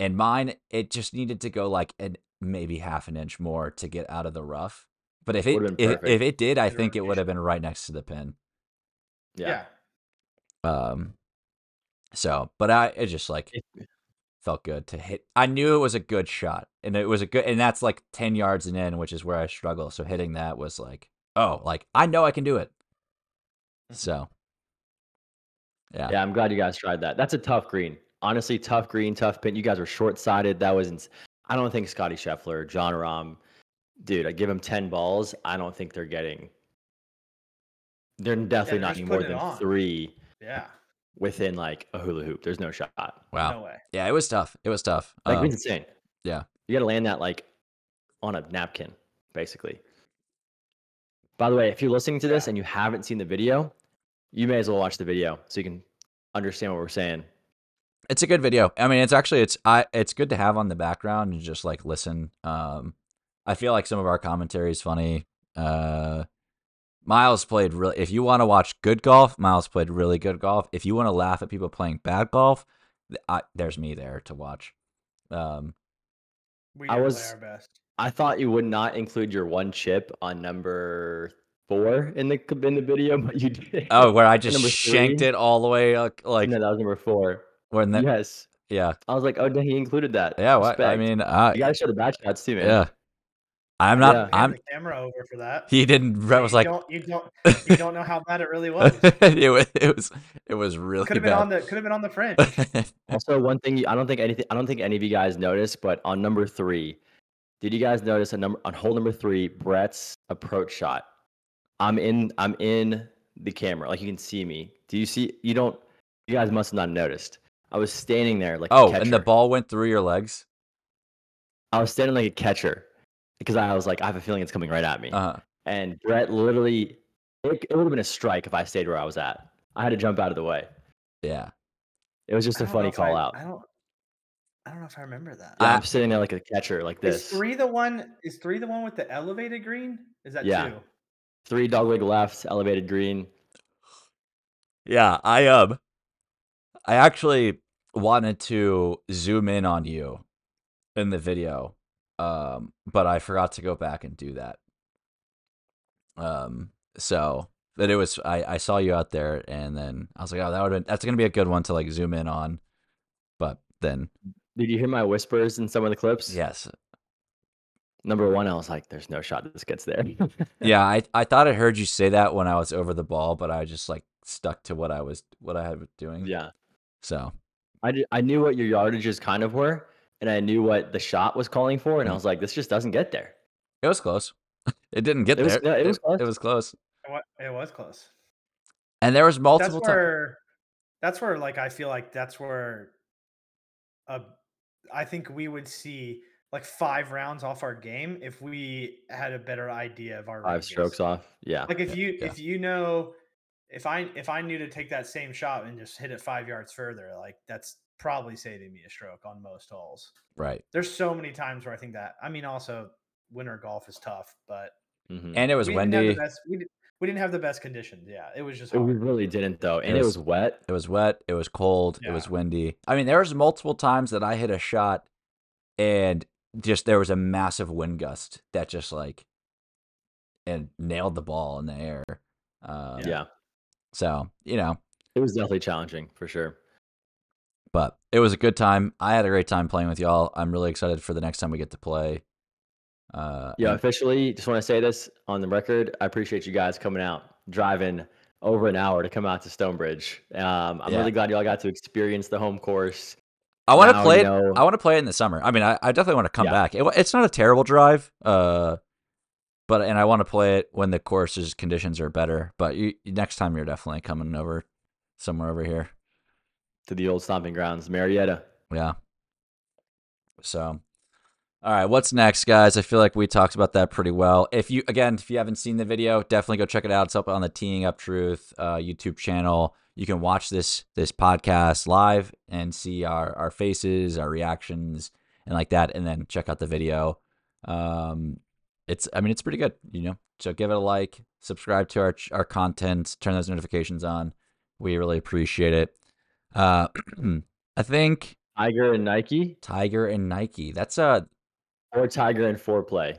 [SPEAKER 1] and mine it just needed to go like an maybe half an inch more to get out of the rough. But if it
[SPEAKER 2] Would've been
[SPEAKER 1] if, if
[SPEAKER 2] perfect.
[SPEAKER 1] it did, I
[SPEAKER 3] Zero
[SPEAKER 1] think it would
[SPEAKER 3] rotation.
[SPEAKER 1] have been right next to the pin.
[SPEAKER 2] yeah.
[SPEAKER 3] yeah.
[SPEAKER 1] Um, so but I it just like
[SPEAKER 2] If-
[SPEAKER 1] felt good to hit. I knew it was a good shot, and it was a good, and that's like ten yards and in, which is where I struggle. So hitting that was like, oh, like I know I can do it.
[SPEAKER 3] Mhm.
[SPEAKER 1] So, yeah,
[SPEAKER 2] Yeah, I'm glad you guys tried that. That's a tough green. Honestly, tough green, tough pin. You guys were short sighted. That was, ins- I don't think Scotty Scheffler, John Rahm, dude, I give him 10 balls. I don't think they're getting, they're definitely
[SPEAKER 3] they're
[SPEAKER 2] not
[SPEAKER 3] just
[SPEAKER 2] getting more
[SPEAKER 3] putting it
[SPEAKER 2] than
[SPEAKER 3] on.
[SPEAKER 2] three
[SPEAKER 3] Yeah.
[SPEAKER 2] within like a hula hoop. There's no shot. That
[SPEAKER 1] wow,
[SPEAKER 3] No way.
[SPEAKER 1] yeah, it was tough. It was tough.
[SPEAKER 3] Uh,
[SPEAKER 1] Um,
[SPEAKER 2] green's insane.
[SPEAKER 1] yeah.
[SPEAKER 2] You got to land that like on a napkin, basically. By the way, if you're listening to this
[SPEAKER 3] Yeah.
[SPEAKER 2] and you haven't seen the video, you may as well watch the video so you can understand what we're saying.
[SPEAKER 1] it's a good video. I mean, it's actually it's I it's good to have on the background and just like listen. Um, I feel like some of our commentary is funny. Uh, Miles played really. If you want to watch good golf, Miles played really good golf. If you want to laugh at people playing bad golf, th- I, there's me there to watch. Um,
[SPEAKER 3] We
[SPEAKER 2] I
[SPEAKER 3] did
[SPEAKER 2] was-
[SPEAKER 3] play our best.
[SPEAKER 2] I thought you would not include your one chip on number four in the in the video, but you did.
[SPEAKER 1] oh, where I just
[SPEAKER 2] Number
[SPEAKER 1] shanked
[SPEAKER 2] three?
[SPEAKER 1] it all the way like, like
[SPEAKER 2] no, that was number four.
[SPEAKER 1] when that
[SPEAKER 2] yes,
[SPEAKER 1] yeah
[SPEAKER 2] I was like, oh, dang, he included that.
[SPEAKER 1] yeah. What, I
[SPEAKER 2] Respect.
[SPEAKER 1] mean, I,
[SPEAKER 2] you gotta show the bad shots too, man.
[SPEAKER 1] yeah. I'm not.
[SPEAKER 2] Yeah.
[SPEAKER 3] I had
[SPEAKER 1] I'm.
[SPEAKER 3] the camera over for that.
[SPEAKER 1] He didn't. I was
[SPEAKER 3] you
[SPEAKER 1] like.
[SPEAKER 3] don't, you don't, you don't know how bad it really was. Could
[SPEAKER 1] it, was, it was it was really
[SPEAKER 3] have been
[SPEAKER 1] bad.
[SPEAKER 3] on the, could have been on the fringe.
[SPEAKER 2] Also, one thing you, I don't think anything I don't think any of you guys noticed, but on number three, did you guys notice a number on hole number three, Brett's approach shot? I'm in. I'm in the camera. Like you can see me. Do you see? You don't. You guys must have not noticed. I was standing there like. a
[SPEAKER 1] oh, and the
[SPEAKER 2] catcher.
[SPEAKER 1] ball went through your legs.
[SPEAKER 2] I was standing like a catcher because I was like, I have a feeling it's coming right at me.
[SPEAKER 1] Uh,
[SPEAKER 2] And Brett literally, it, it would have been a strike if I stayed where I was at. I had to jump out of the way.
[SPEAKER 1] yeah,
[SPEAKER 2] It was just
[SPEAKER 3] I
[SPEAKER 2] a
[SPEAKER 3] don't know
[SPEAKER 2] funny
[SPEAKER 3] if I-
[SPEAKER 2] call out.
[SPEAKER 3] I don't, I don't know if I remember that.
[SPEAKER 2] Yeah,
[SPEAKER 1] I-
[SPEAKER 2] I'm sitting there like a catcher, like
[SPEAKER 3] Is
[SPEAKER 2] this.
[SPEAKER 3] three the one? Is three the one with the elevated green? Is that
[SPEAKER 2] Yeah.
[SPEAKER 3] two?
[SPEAKER 2] Three dogleg left, elevated green.
[SPEAKER 1] yeah. I um, I actually wanted to zoom in on you in the video, um, but I forgot to go back and do that. Um, so but it was I I saw you out there, and then I was like, oh, that would been that's gonna be a good one to like zoom in on, but then
[SPEAKER 2] Did you hear my whispers in some of the clips?
[SPEAKER 1] yes,
[SPEAKER 2] Number one, I was like, there's no shot this gets there.
[SPEAKER 1] yeah I, I thought i heard you say that when i was over the ball but i just like stuck to what i was what i had been doing
[SPEAKER 2] yeah.
[SPEAKER 1] so
[SPEAKER 2] I, d- I knew what your yardages kind of were, and I knew what the shot was calling for, and I
[SPEAKER 1] Mm.
[SPEAKER 2] was like, this just doesn't get there.
[SPEAKER 1] it was close it didn't get
[SPEAKER 2] It was-
[SPEAKER 1] there
[SPEAKER 2] yeah, it was close.
[SPEAKER 1] it was close
[SPEAKER 3] It wa- It was close.
[SPEAKER 1] and there was
[SPEAKER 3] That's
[SPEAKER 1] multiple times
[SPEAKER 3] where, that's where, like, I feel like that's where, uh, I think we would see like five rounds off our game if we had a better idea of our
[SPEAKER 2] Five
[SPEAKER 3] ranges.
[SPEAKER 2] strokes off. Yeah.
[SPEAKER 3] Like if you
[SPEAKER 1] yeah.
[SPEAKER 3] if you know if I if I knew to take that same shot and just hit it five yards further, like that's probably saving me a stroke on most holes.
[SPEAKER 1] right
[SPEAKER 3] There's so many times where I think that. I mean, also winter golf is tough, but
[SPEAKER 2] Mhm.
[SPEAKER 1] and it was
[SPEAKER 3] we didn't have the
[SPEAKER 1] windy
[SPEAKER 3] best- we, di- we didn't have the best conditions. Yeah, it was just
[SPEAKER 2] We
[SPEAKER 3] hard.
[SPEAKER 2] really didn't though, and
[SPEAKER 1] It
[SPEAKER 2] it
[SPEAKER 1] was-
[SPEAKER 2] was wet.
[SPEAKER 1] It was wet. It was cold. It
[SPEAKER 3] Yeah.
[SPEAKER 1] was windy. I mean, there was multiple times that I hit a shot, and just there was a massive wind gust that just like, and nailed the ball in the air. Um,
[SPEAKER 3] Yeah.
[SPEAKER 2] yeah,
[SPEAKER 1] So you know,
[SPEAKER 2] it was definitely challenging for sure.
[SPEAKER 1] but it was a good time. I had a great time playing with y'all. I'm really excited for the next time we get to play. Uh,
[SPEAKER 2] Yeah,
[SPEAKER 1] and-
[SPEAKER 2] officially, just want to say this on the record. I appreciate you guys coming out, driving over an hour to come out to Stonebridge. Um, I'm
[SPEAKER 1] Yeah.
[SPEAKER 2] really glad y'all got to experience the home course.
[SPEAKER 1] I want to
[SPEAKER 2] now
[SPEAKER 1] play. it-
[SPEAKER 2] know-
[SPEAKER 1] I want to play it in the summer. I mean, I, I definitely want to come
[SPEAKER 2] Yeah.
[SPEAKER 1] back. It, wa- it's not a terrible drive, uh, but and I want to play it when the courses conditions are better. But you, you- next time you're definitely coming over somewhere over here.
[SPEAKER 2] to the old stomping grounds, Marietta.
[SPEAKER 1] Yeah. So, all right, what's next, guys? I feel like we talked about that pretty well. If you again, if you haven't seen the video, definitely go check it out. It's up on the Teeing Up Truth uh, YouTube channel. You can watch this this podcast live and see our our faces, our reactions, and like that, and then check out the video. Um, it's I mean it's pretty good, you know. So give it a like, subscribe to our ch- our content, turn those notifications on. We really appreciate it. Uh, I think
[SPEAKER 2] Tiger and Nike,
[SPEAKER 1] Tiger and Nike. That's a
[SPEAKER 2] or Tiger and foreplay.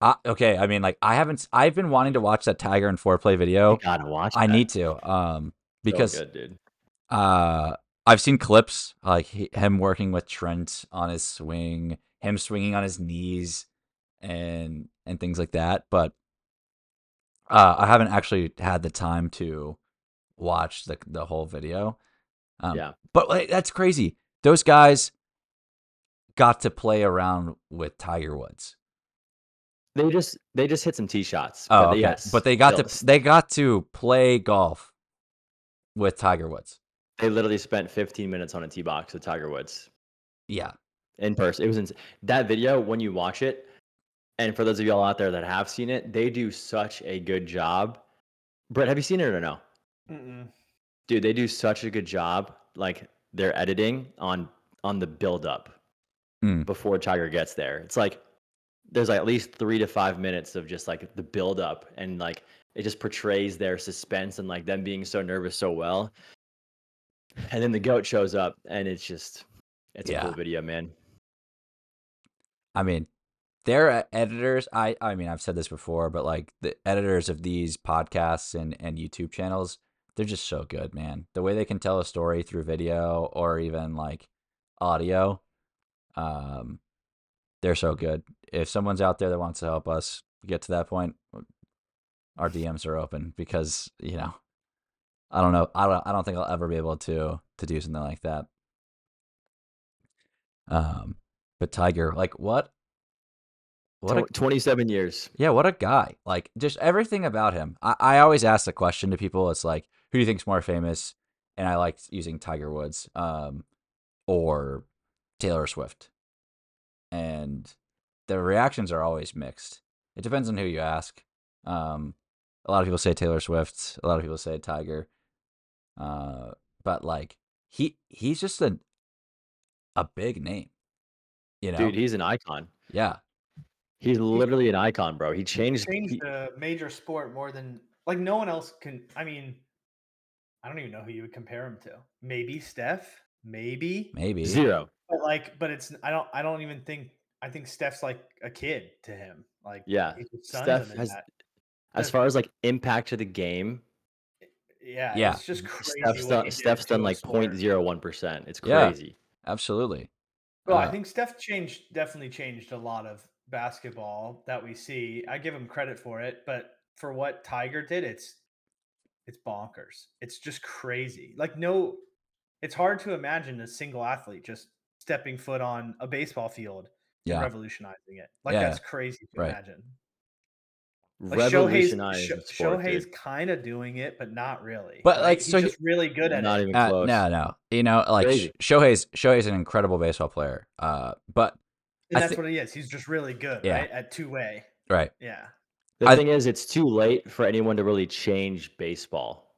[SPEAKER 1] uh, okay. I mean, like I haven't. s- I've been wanting to watch that Tiger and foreplay video.
[SPEAKER 2] You gotta watch.
[SPEAKER 1] I
[SPEAKER 2] that.
[SPEAKER 1] need to, um,
[SPEAKER 2] So
[SPEAKER 1] because
[SPEAKER 2] good, dude.
[SPEAKER 1] uh, I've seen clips like he, him working with Trent on his swing, him swinging on his knees, and and things like that. But uh, I haven't actually had the time to watch the the whole video. Um,
[SPEAKER 2] yeah,
[SPEAKER 1] But like, that's crazy. Those guys got to play around with Tiger Woods.
[SPEAKER 2] they just they just hit some tee shots.
[SPEAKER 1] Oh,
[SPEAKER 2] but
[SPEAKER 1] okay.
[SPEAKER 2] yes,
[SPEAKER 1] but they got to
[SPEAKER 2] still,
[SPEAKER 1] they got to play golf with Tiger Woods.
[SPEAKER 2] they literally spent 15 minutes on a tee box with Tiger Woods
[SPEAKER 1] Yeah,
[SPEAKER 2] in person. It was ins- that video when you watch it, and for those of y'all out there that have seen it, they do such a good job. Brett, have you seen it or no?
[SPEAKER 3] Mm-mm.
[SPEAKER 2] Dude, they do such a good job. Like their editing on on the build up
[SPEAKER 1] Mm.
[SPEAKER 2] before Tiger gets there. It's like there's like at least three to five minutes of just like the build up and like it just portrays their suspense and like them being so nervous so well. And then the goat shows up and it's just it's a cool
[SPEAKER 1] Yeah.
[SPEAKER 2] video, man.
[SPEAKER 1] I mean, their e- editors. I I mean, I've said this before, but like the editors of these podcasts and and YouTube channels, they're just so good, man. The way they can tell a story through video or even like audio, um, they're so good. If someone's out there that wants to help us get to that point, our DMs are open because you know, I don't know, I don't, I don't think I'll ever be able to to do something like that. Um, but Tiger, like what? What a,
[SPEAKER 2] Tw- 27 years.
[SPEAKER 1] yeah, what a guy! Like just everything about him. I, I always ask the question to people. It's like, who do you think's more famous? And I liked using Tiger Woods, um, or Taylor Swift, and the reactions are always mixed. It depends on who you ask. Um, a lot of people say Taylor Swift. A lot of people say Tiger. Uh, but like he he's just a a big name, you know?
[SPEAKER 2] Dude, he's an icon.
[SPEAKER 1] yeah,
[SPEAKER 2] He's literally an icon, bro. He changed, he-
[SPEAKER 3] Changed a major sport more than like no one else can. I mean, I don't even know who you would compare him to. Maybe Steph. Maybe.
[SPEAKER 1] maybe.
[SPEAKER 2] zero.
[SPEAKER 3] But like, but it's I don't I don't even think I think Steph's like a kid to him. Like
[SPEAKER 2] Yeah,
[SPEAKER 3] he's his son to
[SPEAKER 2] Steph
[SPEAKER 3] him in
[SPEAKER 2] has
[SPEAKER 3] that.
[SPEAKER 2] as far as like impact to the game,
[SPEAKER 3] Yeah,
[SPEAKER 1] Yeah.
[SPEAKER 3] it's just crazy.
[SPEAKER 2] Steph's
[SPEAKER 3] what he
[SPEAKER 2] done,
[SPEAKER 3] did
[SPEAKER 2] Steph's done
[SPEAKER 3] to a
[SPEAKER 2] like
[SPEAKER 3] sport.
[SPEAKER 2] 0.01%. It's
[SPEAKER 1] Yeah.
[SPEAKER 2] crazy.
[SPEAKER 1] Absolutely.
[SPEAKER 3] Well,
[SPEAKER 1] Uh,
[SPEAKER 3] I think Steph changed definitely changed a lot of basketball that we see. I give him credit for it, but for what Tiger did, it's it's bonkers. It's just crazy. Like no it's hard to imagine a single athlete just stepping foot on a baseball field and
[SPEAKER 1] Yeah.
[SPEAKER 3] revolutionizing it. Like
[SPEAKER 1] Yeah,
[SPEAKER 3] that's crazy to
[SPEAKER 1] right.
[SPEAKER 3] imagine. Like Shohei's,
[SPEAKER 2] Revolutionized
[SPEAKER 3] Sho-
[SPEAKER 2] the sport, dude.
[SPEAKER 3] Shohei's kind of doing it, but not really.
[SPEAKER 1] But, like,
[SPEAKER 3] he's
[SPEAKER 1] so he-
[SPEAKER 3] just really good at
[SPEAKER 2] Not
[SPEAKER 3] it.
[SPEAKER 2] even
[SPEAKER 1] Uh,
[SPEAKER 2] close.
[SPEAKER 1] no, no. You know, like
[SPEAKER 2] Crazy.
[SPEAKER 1] Sh- Shohei's Shohei's an incredible baseball player. Uh, but I
[SPEAKER 3] and that's
[SPEAKER 1] thi-
[SPEAKER 3] what he is. He's just really good,
[SPEAKER 1] Yeah.
[SPEAKER 3] right? At two way.
[SPEAKER 1] right,
[SPEAKER 3] Yeah.
[SPEAKER 2] The
[SPEAKER 1] I-
[SPEAKER 2] thing is, it's too late for anyone to really change baseball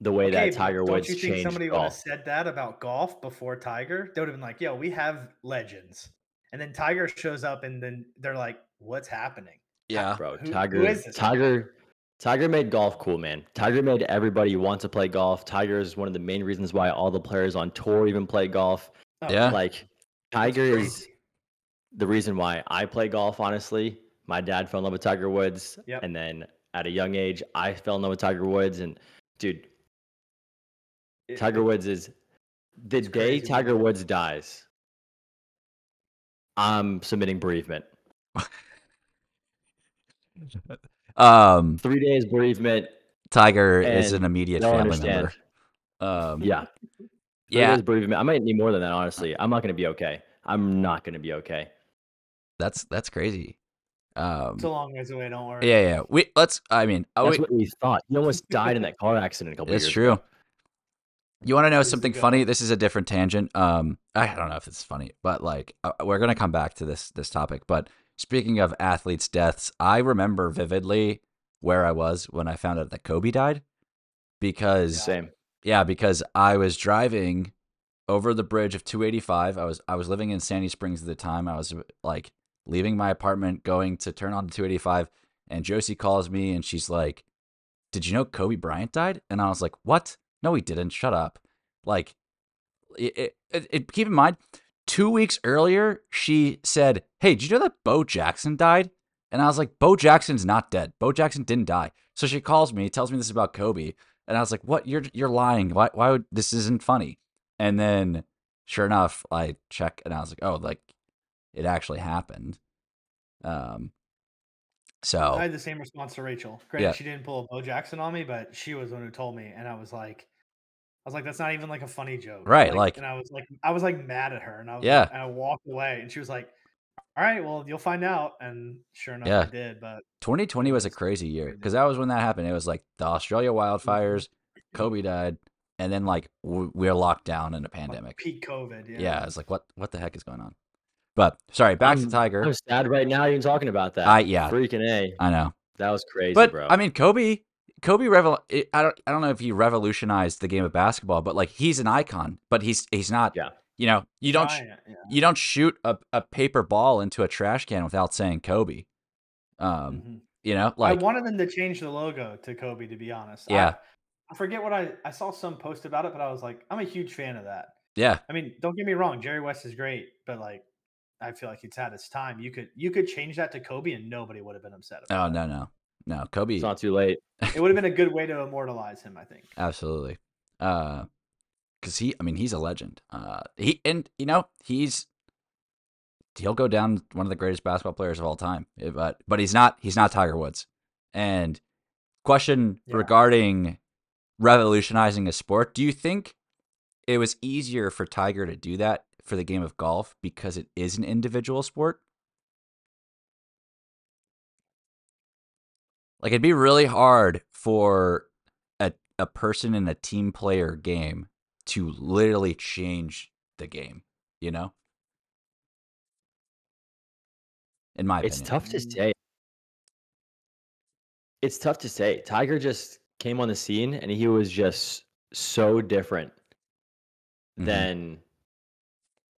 [SPEAKER 2] the way that
[SPEAKER 3] but
[SPEAKER 2] Tiger Woods
[SPEAKER 3] Don't you think
[SPEAKER 2] changed
[SPEAKER 3] somebody would have
[SPEAKER 2] golf.
[SPEAKER 3] said that about golf before Tiger? They would have been like, "Yo, we have legends," and then Tiger shows up, and then they're like, "What's happening?"
[SPEAKER 1] yeah,
[SPEAKER 2] Bro,
[SPEAKER 3] Who- who
[SPEAKER 2] Tiger,
[SPEAKER 3] is this guy?
[SPEAKER 2] Tiger, Tiger made golf cool, man. Tiger made everybody want to play golf. Tiger is one of the main reasons why all the players on tour even play golf.
[SPEAKER 3] Oh,
[SPEAKER 1] Yeah.
[SPEAKER 2] Like,
[SPEAKER 3] that's
[SPEAKER 2] Tiger is
[SPEAKER 3] crazy.
[SPEAKER 2] the reason why I play golf, honestly. My dad fell in love with Tiger Woods.
[SPEAKER 3] Yep.
[SPEAKER 2] And then at a young age, I fell in love with Tiger Woods. And dude,
[SPEAKER 3] It-
[SPEAKER 2] Tiger
[SPEAKER 3] it-
[SPEAKER 2] Woods is the
[SPEAKER 3] It's
[SPEAKER 2] day
[SPEAKER 3] crazy.
[SPEAKER 2] Tiger Woods dies. I'm submitting bereavement.
[SPEAKER 1] Um,
[SPEAKER 2] Three days bereavement.
[SPEAKER 1] Tiger is
[SPEAKER 2] And
[SPEAKER 1] an immediate
[SPEAKER 2] They'll
[SPEAKER 1] family
[SPEAKER 2] understand.
[SPEAKER 1] member. Um,
[SPEAKER 2] Yeah. Three
[SPEAKER 1] yeah,
[SPEAKER 2] days bereavement. I might need more than that, honestly. I'm not gonna be okay. I'm not gonna be okay.
[SPEAKER 1] that's that's crazy. Um,
[SPEAKER 3] It's a long ways away. Don't worry.
[SPEAKER 1] yeah, yeah. We let's. I mean, oh,
[SPEAKER 2] That's
[SPEAKER 1] we,
[SPEAKER 2] what we thought. He almost died in that car accident a couple
[SPEAKER 1] It's
[SPEAKER 2] years
[SPEAKER 1] true. You want to know
[SPEAKER 3] Here's the
[SPEAKER 1] something
[SPEAKER 3] go.
[SPEAKER 1] funny? This is a different tangent. Um, I don't know if it's funny, but like uh, we're gonna come back to this this topic. But speaking of athletes' deaths, I remember vividly where I was when I found out that Kobe died,
[SPEAKER 2] ago.
[SPEAKER 1] because
[SPEAKER 2] Same.
[SPEAKER 1] yeah, because I was driving over the bridge of 285. I was I was living in Sandy Springs at the time. I was like leaving my apartment, going to turn on to 285, and Josie calls me and she's like, "Did you know Kobe Bryant died?" And I was like, "What? No, he didn't. Shut up." Like, it, it, it, keep in mind, two weeks earlier she said, "Hey, did you know that Bo Jackson died?" And I was like, "Bo Jackson's not dead. Bo Jackson didn't die." So she calls me, tells me this about Kobe. And I was like, "What? You're you're lying. Why? Why would this isn't funny?" And then, sure enough, I check and I was like, "Oh, like it actually happened." Um. So
[SPEAKER 3] I had the same response to Rachel. Granted,
[SPEAKER 1] oh. Yeah.
[SPEAKER 3] she didn't pull a Bo Jackson on me, but she was the one who told me, and I was like, I was like, that's not even like a funny joke,
[SPEAKER 1] Right, like-
[SPEAKER 3] and I was like, I was like mad at her, and I was,
[SPEAKER 1] Yeah.
[SPEAKER 3] and I walked away, and she was like, all right, well, you'll find out, and sure enough,
[SPEAKER 1] Yeah.
[SPEAKER 3] I did, but
[SPEAKER 1] 2020 was a
[SPEAKER 3] That's
[SPEAKER 1] crazy year
[SPEAKER 3] crazy.
[SPEAKER 1] because that was when that happened. It was like the Australia
[SPEAKER 2] Mm-hmm.
[SPEAKER 1] wildfires, Kobe died, and then like w- we're locked down in a
[SPEAKER 3] like,
[SPEAKER 1] pandemic.
[SPEAKER 3] peak COVID, yeah,
[SPEAKER 1] Yeah, it's like what what the heck is going on? But sorry, back to
[SPEAKER 2] I'm-
[SPEAKER 1] Tiger.
[SPEAKER 2] I'm sad right now even talking about that.
[SPEAKER 1] I- yeah.
[SPEAKER 2] Freaking A.
[SPEAKER 1] I know.
[SPEAKER 2] That was crazy,
[SPEAKER 1] but
[SPEAKER 2] bro.
[SPEAKER 1] I mean, Kobe, Kobe, revol- I I don't, I don't know if he revolutionized the game of basketball, but like he's an icon. But he's he's not.
[SPEAKER 2] Yeah.
[SPEAKER 1] You know, you don't sh-
[SPEAKER 3] Giant, yeah.
[SPEAKER 1] you don't shoot a, a paper ball into a trash can without saying Kobe.
[SPEAKER 2] Mm-hmm.
[SPEAKER 1] Um,
[SPEAKER 3] Mhm.
[SPEAKER 1] you know, like
[SPEAKER 3] I wanted them to change the logo to Kobe, to be honest. I-
[SPEAKER 1] Yeah.
[SPEAKER 3] I forget what I I saw some post about it, but I was like, I'm a huge fan of that.
[SPEAKER 1] yeah,
[SPEAKER 3] I mean, don't get me wrong, Jerry West is great, but like I feel like it's had its time. You could you could change that to Kobe and nobody would have been upset
[SPEAKER 1] oh
[SPEAKER 3] about
[SPEAKER 1] no no no, Kobe,
[SPEAKER 2] it's not too late.
[SPEAKER 3] it. It would have been a good way to immortalize him, I think.
[SPEAKER 1] absolutely. Uh, because he, I mean, he's a legend. Uh, he and you know he's he'll go down as one of the greatest basketball players of all time. eh, But but he's not he's not Tiger Woods. And question
[SPEAKER 3] Yeah.
[SPEAKER 1] regarding revolutionizing a sport: Do you think it was easier for Tiger to do that for the game of golf because it is an individual sport? Like it'd be really hard for a a person in a team player game to literally change the game, you know? In my
[SPEAKER 2] It's
[SPEAKER 1] opinion.
[SPEAKER 2] tough to say. It's tough to say. Tiger just came on the scene and he was just so different
[SPEAKER 1] Mhm.
[SPEAKER 2] than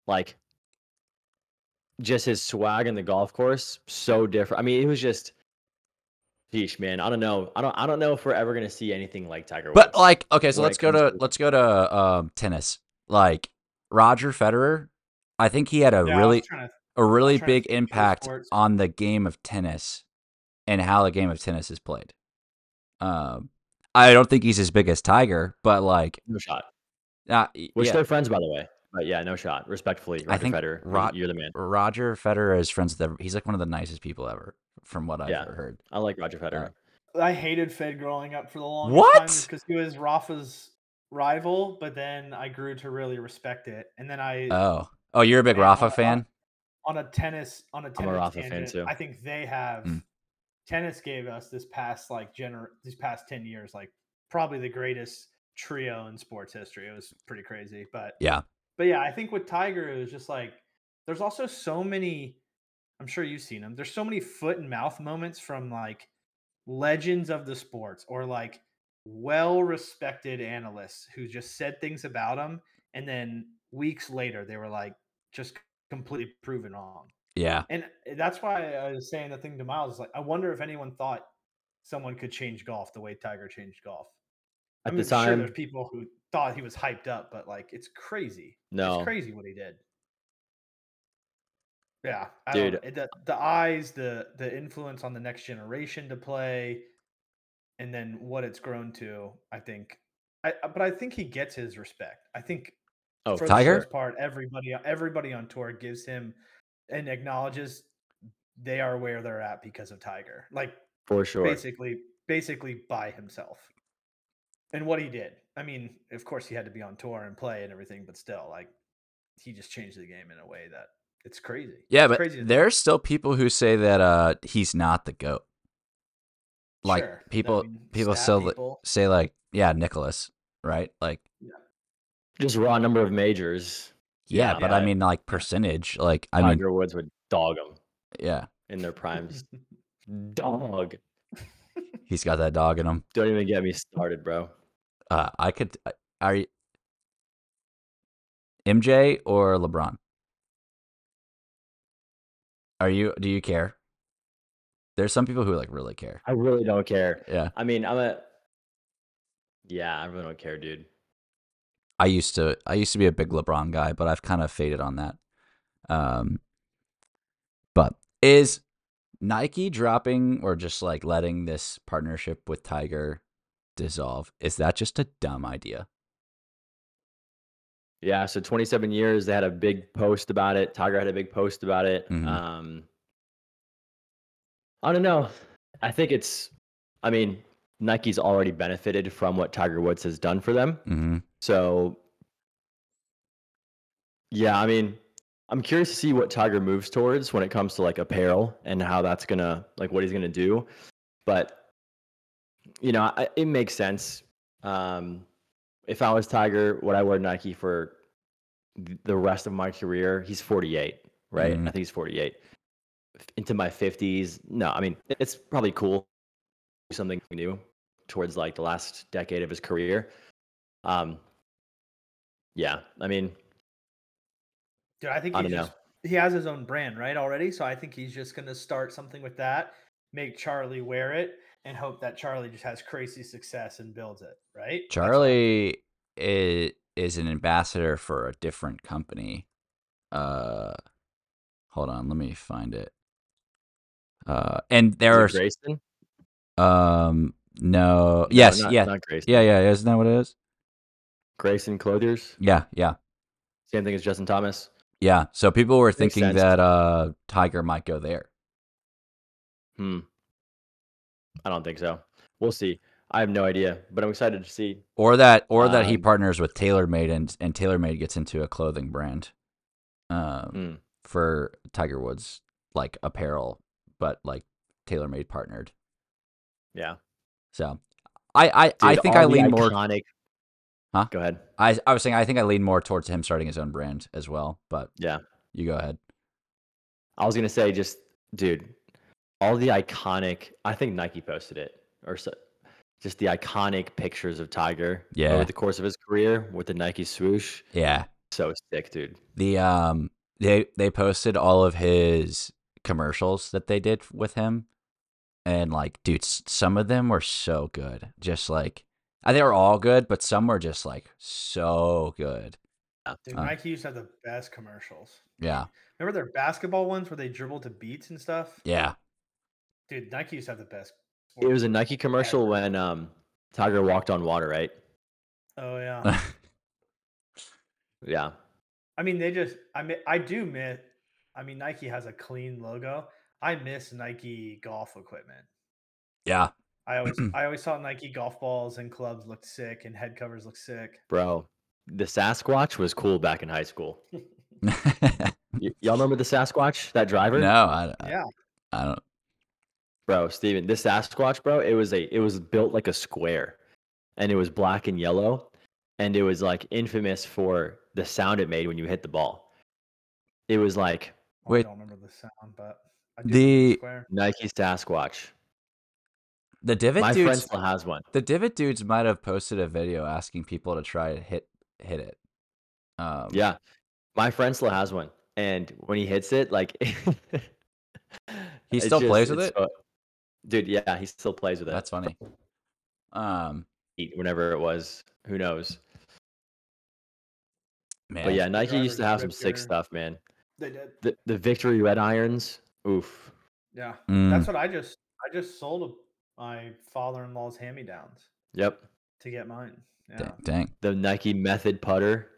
[SPEAKER 2] like just his swag in the golf course, so different. I mean, it was just Yeesh, man. I don't know. I don't I don't know if we're ever gonna see anything like Tiger Woods.
[SPEAKER 1] But like, okay, so
[SPEAKER 2] when
[SPEAKER 1] let's
[SPEAKER 2] it
[SPEAKER 1] go
[SPEAKER 2] comes
[SPEAKER 1] to
[SPEAKER 2] to-
[SPEAKER 1] let's go to um, tennis. Like Roger Federer, I think he had a
[SPEAKER 3] Yeah, I was
[SPEAKER 1] really
[SPEAKER 3] trying to-
[SPEAKER 1] a really
[SPEAKER 3] trying to
[SPEAKER 1] big
[SPEAKER 3] think of
[SPEAKER 1] impact
[SPEAKER 3] sports.
[SPEAKER 1] on the game of tennis and how the game of tennis is played. Um, I don't think he's as big as Tiger, but like,
[SPEAKER 2] no shot.
[SPEAKER 1] uh,
[SPEAKER 2] Which
[SPEAKER 1] yeah,
[SPEAKER 2] they're friends by the way. But yeah, no shot. Respectfully, Roger
[SPEAKER 1] I think
[SPEAKER 2] Federer.
[SPEAKER 1] Ro-
[SPEAKER 2] you're the man.
[SPEAKER 1] Roger Federer is friends with. Every, he's like one of the nicest people ever, from what I've
[SPEAKER 2] Yeah.
[SPEAKER 1] ever heard.
[SPEAKER 2] I like Roger Federer.
[SPEAKER 3] I hated Fed growing up for the longest
[SPEAKER 1] What?
[SPEAKER 3] time because he was Rafa's rival, but then I grew to really respect it. And then I
[SPEAKER 1] Oh, oh, you're a big
[SPEAKER 3] Man,
[SPEAKER 1] Rafa
[SPEAKER 3] I- I-
[SPEAKER 1] fan.
[SPEAKER 3] on a tennis on a tennis
[SPEAKER 2] Rafa fan,
[SPEAKER 3] tangent,
[SPEAKER 2] too.
[SPEAKER 3] I think they have
[SPEAKER 1] Mm.
[SPEAKER 3] tennis gave us this past like gener these past ten years like probably the greatest trio in sports history. It was pretty crazy, but
[SPEAKER 1] Yeah.
[SPEAKER 3] but yeah, I think with Tiger it was just like there's also so many. I'm sure you've seen them. There's so many foot and mouth moments from like legends of the sports or like well respected analysts who just said things about him and then weeks later they were like just completely proven wrong
[SPEAKER 1] Yeah,
[SPEAKER 3] eh, and that's why i was saying the thing to miles is like i wonder if anyone thought someone could change golf the way Tiger changed golf.
[SPEAKER 2] At
[SPEAKER 3] I'm
[SPEAKER 2] the
[SPEAKER 3] sure
[SPEAKER 2] time,
[SPEAKER 3] there's people who thought he was hyped up, but like it's crazy.
[SPEAKER 2] no.
[SPEAKER 3] It's crazy what he did. Yeah, I
[SPEAKER 2] Dude.
[SPEAKER 3] Don't, it- the, the eyes, the the influence on the next generation to play, and then what it's grown to. I think, I I- but I think he gets his respect. I think
[SPEAKER 2] Oh,
[SPEAKER 3] for
[SPEAKER 1] Tiger?
[SPEAKER 3] the most part, everybody everybody on tour gives him and acknowledges they are where they're at because of Tiger. Like
[SPEAKER 2] for sure.
[SPEAKER 3] basically basically by himself and what he did i mean of course he had to be on tour and play and everything but still like he just changed the game in a way that it's crazy
[SPEAKER 1] Yeah,
[SPEAKER 3] It's
[SPEAKER 1] but
[SPEAKER 3] crazy to
[SPEAKER 1] there are still people who say that uh, he's not the goat.
[SPEAKER 3] think.
[SPEAKER 1] like,
[SPEAKER 3] Sure, I
[SPEAKER 1] people-
[SPEAKER 3] mean,
[SPEAKER 1] people
[SPEAKER 3] stat
[SPEAKER 1] still li-
[SPEAKER 3] people.
[SPEAKER 1] Say like, yeah, Nicholas, right? Like,
[SPEAKER 2] Just raw number of majors.
[SPEAKER 1] yeah,
[SPEAKER 2] Yeah,
[SPEAKER 1] but
[SPEAKER 2] I-
[SPEAKER 1] I mean, like percentage, like, I mean,
[SPEAKER 2] Tiger Woods would dog him
[SPEAKER 1] yeah,
[SPEAKER 2] in their primes. dog.
[SPEAKER 1] he's got that dog in him.
[SPEAKER 2] Don't even get me started, bro.
[SPEAKER 1] Uh, I could. I- Are you MJ or LeBron? Are you? Do you care? There's some people who like really care.
[SPEAKER 2] I really don't care.
[SPEAKER 1] Yeah,
[SPEAKER 2] I mean, I'm a. Yeah, I really don't care, dude.
[SPEAKER 1] I used to. I used to be a big LeBron guy, but I've kind of faded on that. Um, but is Nike dropping or just like letting this partnership with Tiger dissolve? Is that just a dumb idea?
[SPEAKER 2] Yeah, so 27 years. They had a big post about it. Tiger had a big post about it.
[SPEAKER 1] Mhm.
[SPEAKER 2] Um, I don't know. I think it's. I mean, Nike's already benefited from what Tiger Woods has done for them.
[SPEAKER 1] Mm-hmm.
[SPEAKER 2] So, yeah, I mean, I'm curious to see what Tiger moves towards when it comes to like apparel and how that's gonna like what he's gonna do. But you know, I, it makes sense. Um, if I was Tiger, would I wear Nike for th- the rest of my career? He's 48, right?
[SPEAKER 1] Mhm.
[SPEAKER 2] I think he's 48. F- Into my 50s, no, I mean, it- it's probably cool. Do something new towards like the last decade of his career. Um, yeah, I mean,
[SPEAKER 3] dude i think
[SPEAKER 2] I
[SPEAKER 3] he's
[SPEAKER 2] don't
[SPEAKER 3] just, he has his own brand right already so i think he's just going to start something with that make charlie wear it and hope that charlie just has crazy success and builds it right That's what I-
[SPEAKER 1] Charlie is, is an ambassador for a different company. Uh, hold on, let me find it. Uh, and
[SPEAKER 2] is
[SPEAKER 1] there
[SPEAKER 2] it
[SPEAKER 1] are s-
[SPEAKER 2] Grayson.
[SPEAKER 1] um no,
[SPEAKER 2] No,
[SPEAKER 1] yes
[SPEAKER 2] not,
[SPEAKER 1] yeah
[SPEAKER 2] not Grayson.
[SPEAKER 1] yeah yeah isn't that what it is?
[SPEAKER 2] Grayson Clothiers.
[SPEAKER 1] Yeah yeah
[SPEAKER 2] Same thing as Justin Thomas.
[SPEAKER 1] yeah. So people were
[SPEAKER 2] Makes
[SPEAKER 1] thinking
[SPEAKER 2] sense.
[SPEAKER 1] that uh Tiger might go there.
[SPEAKER 2] Hmm. I don't think so. We'll see. I have no idea, but I'm excited to see.
[SPEAKER 1] Or that, or that he
[SPEAKER 2] Um,
[SPEAKER 1] partners with TaylorMade and and TaylorMade gets into a clothing brand, um,
[SPEAKER 2] Mm.
[SPEAKER 1] for Tiger Woods like apparel, but like TaylorMade partnered.
[SPEAKER 2] Yeah,
[SPEAKER 1] So I I, I
[SPEAKER 2] Dude,
[SPEAKER 1] think
[SPEAKER 2] all
[SPEAKER 1] I
[SPEAKER 2] the
[SPEAKER 1] lean more.
[SPEAKER 2] iconic.
[SPEAKER 1] Huh?
[SPEAKER 2] Go ahead.
[SPEAKER 1] I I was saying I think I lean more towards him starting his own brand as well. But
[SPEAKER 2] Yeah.
[SPEAKER 1] you go ahead.
[SPEAKER 2] I was gonna say, just dude, all the iconic. I think Nike posted it, or so, just the iconic pictures of Tiger.
[SPEAKER 1] Yeah.
[SPEAKER 2] Over the course of his career, with the Nike swoosh,
[SPEAKER 1] Yeah.
[SPEAKER 2] so sick, dude.
[SPEAKER 1] The um they they posted all of his commercials that they did with him, and like dude, s- some of them were so good. Just like uh, they were all good, but some were just like so good.
[SPEAKER 3] Dude,
[SPEAKER 1] Uh.
[SPEAKER 3] Nike used to have the best commercials.
[SPEAKER 1] Yeah.
[SPEAKER 3] Remember their basketball ones where they dribbled to beats and stuff?
[SPEAKER 1] Yeah.
[SPEAKER 3] Dude, Nike used to have the best.
[SPEAKER 2] It was a
[SPEAKER 3] sports.
[SPEAKER 2] Nike commercial
[SPEAKER 3] ever.
[SPEAKER 2] when um, Tiger walked on water, right?
[SPEAKER 3] Oh yeah.
[SPEAKER 2] Yeah.
[SPEAKER 3] I mean, they just. I mean, I do miss. I mean, Nike has a clean logo. I miss Nike golf equipment.
[SPEAKER 1] yeah.
[SPEAKER 3] I always, I always thought Nike golf balls and clubs looked sick, and head covers looked sick.
[SPEAKER 2] Bro, the Sasquatch was cool back in high school.
[SPEAKER 1] no,
[SPEAKER 2] Y- y'all remember the Sasquatch, that driver?
[SPEAKER 1] I, I-
[SPEAKER 3] Yeah.
[SPEAKER 1] I don't.
[SPEAKER 2] Bro, Steven, this Sasquatch, bro, it was a it was built like a square and it was black and yellow and it was like infamous for the sound it made when you hit the ball. It was like
[SPEAKER 3] Well,
[SPEAKER 1] Wait.
[SPEAKER 3] I don't remember the sound, but I do remember
[SPEAKER 1] The-
[SPEAKER 3] square.
[SPEAKER 2] Nike Sasquatch.
[SPEAKER 1] The divot
[SPEAKER 2] My friend
[SPEAKER 1] dudes.
[SPEAKER 2] still has one.
[SPEAKER 1] The divot dudes might have posted a video asking people to try to hit hit it. Um,
[SPEAKER 2] Yeah. My friend still has one. And when he hits it, like
[SPEAKER 1] He
[SPEAKER 2] it's
[SPEAKER 1] still plays with
[SPEAKER 2] it's
[SPEAKER 1] it?
[SPEAKER 2] so- Dude, yeah, he still plays with it.
[SPEAKER 1] That's funny. Um,
[SPEAKER 2] Eight, whenever it was. Who knows?
[SPEAKER 1] man,
[SPEAKER 2] But yeah, Nike used
[SPEAKER 3] Drivers
[SPEAKER 2] to
[SPEAKER 3] and
[SPEAKER 2] have some
[SPEAKER 3] Red
[SPEAKER 2] sick
[SPEAKER 3] Gear.
[SPEAKER 2] stuff, man.
[SPEAKER 3] They did.
[SPEAKER 2] The the Victory Red Irons. Oof.
[SPEAKER 3] Yeah.
[SPEAKER 1] Mm.
[SPEAKER 3] That's what I just I just sold a, my father-in-law's hand-me-downs
[SPEAKER 2] Yep.
[SPEAKER 3] to get mine. Yeah.
[SPEAKER 1] dang, dang.
[SPEAKER 2] The Nike Method putter.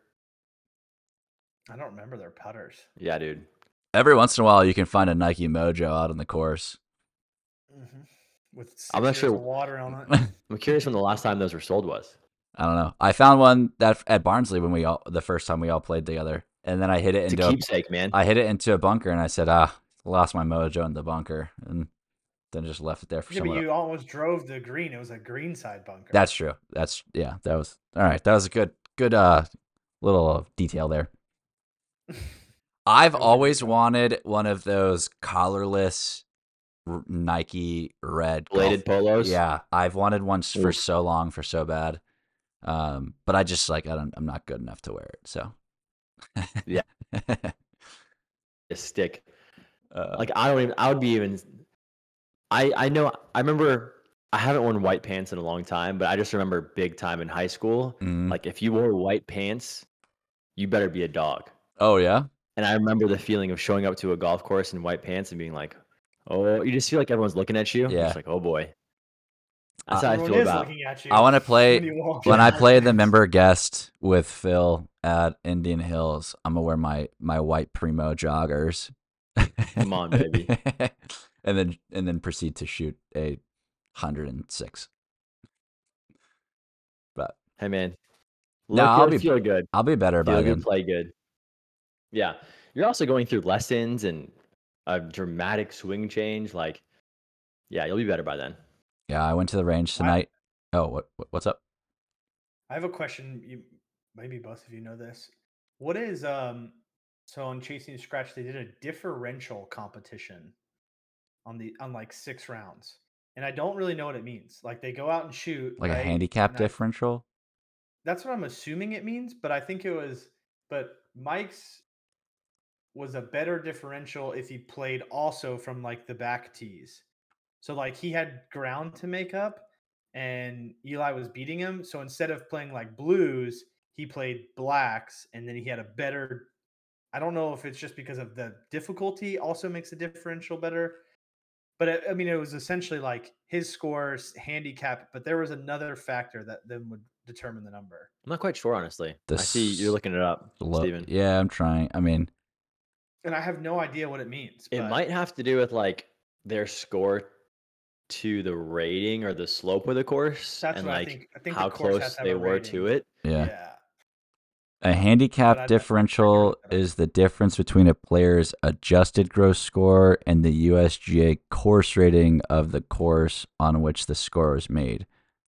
[SPEAKER 3] I don't remember their putters.
[SPEAKER 2] Yeah, dude.
[SPEAKER 1] Every once in a while, you can find a Nike Mojo out on the course.
[SPEAKER 3] Mm-hmm. With six
[SPEAKER 2] I'm not
[SPEAKER 3] years
[SPEAKER 2] sure-
[SPEAKER 3] of water on it.
[SPEAKER 1] I
[SPEAKER 2] I'm curious when the last time those were sold was.
[SPEAKER 1] don't know. I found one that at Barnsley when we all the first time we all played together, and then I hit it
[SPEAKER 2] It's a
[SPEAKER 1] into a,
[SPEAKER 2] keepsake, man.
[SPEAKER 1] I hit it into a bunker, and I said, ah, lost my Mojo in the bunker, and then just left it there for
[SPEAKER 3] yeah, but
[SPEAKER 1] someone.
[SPEAKER 3] you almost drove the green. It was a green side bunker.
[SPEAKER 1] That's true. That's yeah. That was all right. That was a good good uh little detail there. I've
[SPEAKER 3] That was a good
[SPEAKER 1] always
[SPEAKER 3] detail.
[SPEAKER 1] wanted one of those collarless r- Nike red golf-
[SPEAKER 2] Bladed polos.
[SPEAKER 1] Yeah, I've wanted one s- for
[SPEAKER 2] Oof.
[SPEAKER 1] so long, for so bad. Um, but I just like I don't. I'm not good enough to wear it. So
[SPEAKER 2] Yeah.
[SPEAKER 1] uh,
[SPEAKER 2] A stick. Uh, Like I don't even. I would be even. I I know. I remember. I haven't worn white pants in a long time, but I just remember big time in high school.
[SPEAKER 1] mm.
[SPEAKER 2] Like if you wore white pants, you better be a dog.
[SPEAKER 1] oh yeah,
[SPEAKER 2] And I remember the feeling of showing up to a golf course in white pants and being like, "Oh, you just feel like everyone's looking at you."
[SPEAKER 1] Yeah.
[SPEAKER 2] It's like, "Oh boy." That's
[SPEAKER 1] Uh,
[SPEAKER 2] how I
[SPEAKER 3] Everyone
[SPEAKER 2] feel
[SPEAKER 3] is
[SPEAKER 2] about.
[SPEAKER 3] looking at you.
[SPEAKER 1] I want to play
[SPEAKER 3] when you walk
[SPEAKER 1] when I
[SPEAKER 3] down.
[SPEAKER 1] play the member guest with Phil at Indian Hills, I'm gonna wear my my white primo joggers.
[SPEAKER 2] Come on, baby.
[SPEAKER 1] and then and then proceed to shoot a hundred and six. But
[SPEAKER 2] Hey man.
[SPEAKER 1] No,
[SPEAKER 2] Look
[SPEAKER 1] I'll
[SPEAKER 2] good,
[SPEAKER 1] be-
[SPEAKER 2] feel good.
[SPEAKER 1] I'll be better by
[SPEAKER 2] Feel good,
[SPEAKER 1] then.
[SPEAKER 2] play good. Yeah, you're also going through lessons and a dramatic swing change. Like, yeah, you'll be better by then.
[SPEAKER 1] Yeah, I went to the range
[SPEAKER 3] I-
[SPEAKER 1] tonight. Oh, what what- what's up?
[SPEAKER 3] I have a question. You, maybe both of you know this. What is um? So on Chasing Scratch, they did a differential competition on the on like six rounds, and I don't really know what it means. Like they go out and shoot
[SPEAKER 1] Like a
[SPEAKER 3] right?
[SPEAKER 1] handicap
[SPEAKER 3] And I-
[SPEAKER 1] differential?
[SPEAKER 3] That's what I'm assuming it means, but I think it was. But Mike's was a better differential if he played also from like the back tees. So like he had ground to make up and Eli was beating him. So instead of playing like blues, he played blacks and then he had a better I don't know if it's just because of the difficulty also makes the differential better. But I- I mean it was essentially like his scores handicap, but there was another factor that then would determine the number.
[SPEAKER 2] I'm not quite sure, honestly. I see
[SPEAKER 1] This
[SPEAKER 2] you're looking it up,
[SPEAKER 1] Lo-
[SPEAKER 2] Steven.
[SPEAKER 1] yeah, I'm trying. I mean,
[SPEAKER 3] And I have no idea what it means.
[SPEAKER 2] It
[SPEAKER 3] but-
[SPEAKER 2] might have to do with like their score to the rating or the slope of the course,
[SPEAKER 3] That's
[SPEAKER 2] and
[SPEAKER 3] what
[SPEAKER 2] like
[SPEAKER 3] I think. I think the
[SPEAKER 2] how
[SPEAKER 3] course has
[SPEAKER 2] close
[SPEAKER 3] to have
[SPEAKER 2] they
[SPEAKER 3] a
[SPEAKER 2] were
[SPEAKER 3] rating.
[SPEAKER 2] to it.
[SPEAKER 1] yeah.
[SPEAKER 3] yeah.
[SPEAKER 1] A
[SPEAKER 3] I'd
[SPEAKER 1] handicap
[SPEAKER 3] have to check it
[SPEAKER 1] differential
[SPEAKER 3] out, but I-
[SPEAKER 1] is the difference between a player's adjusted gross score and the USGA course rating of the course on which the score was made,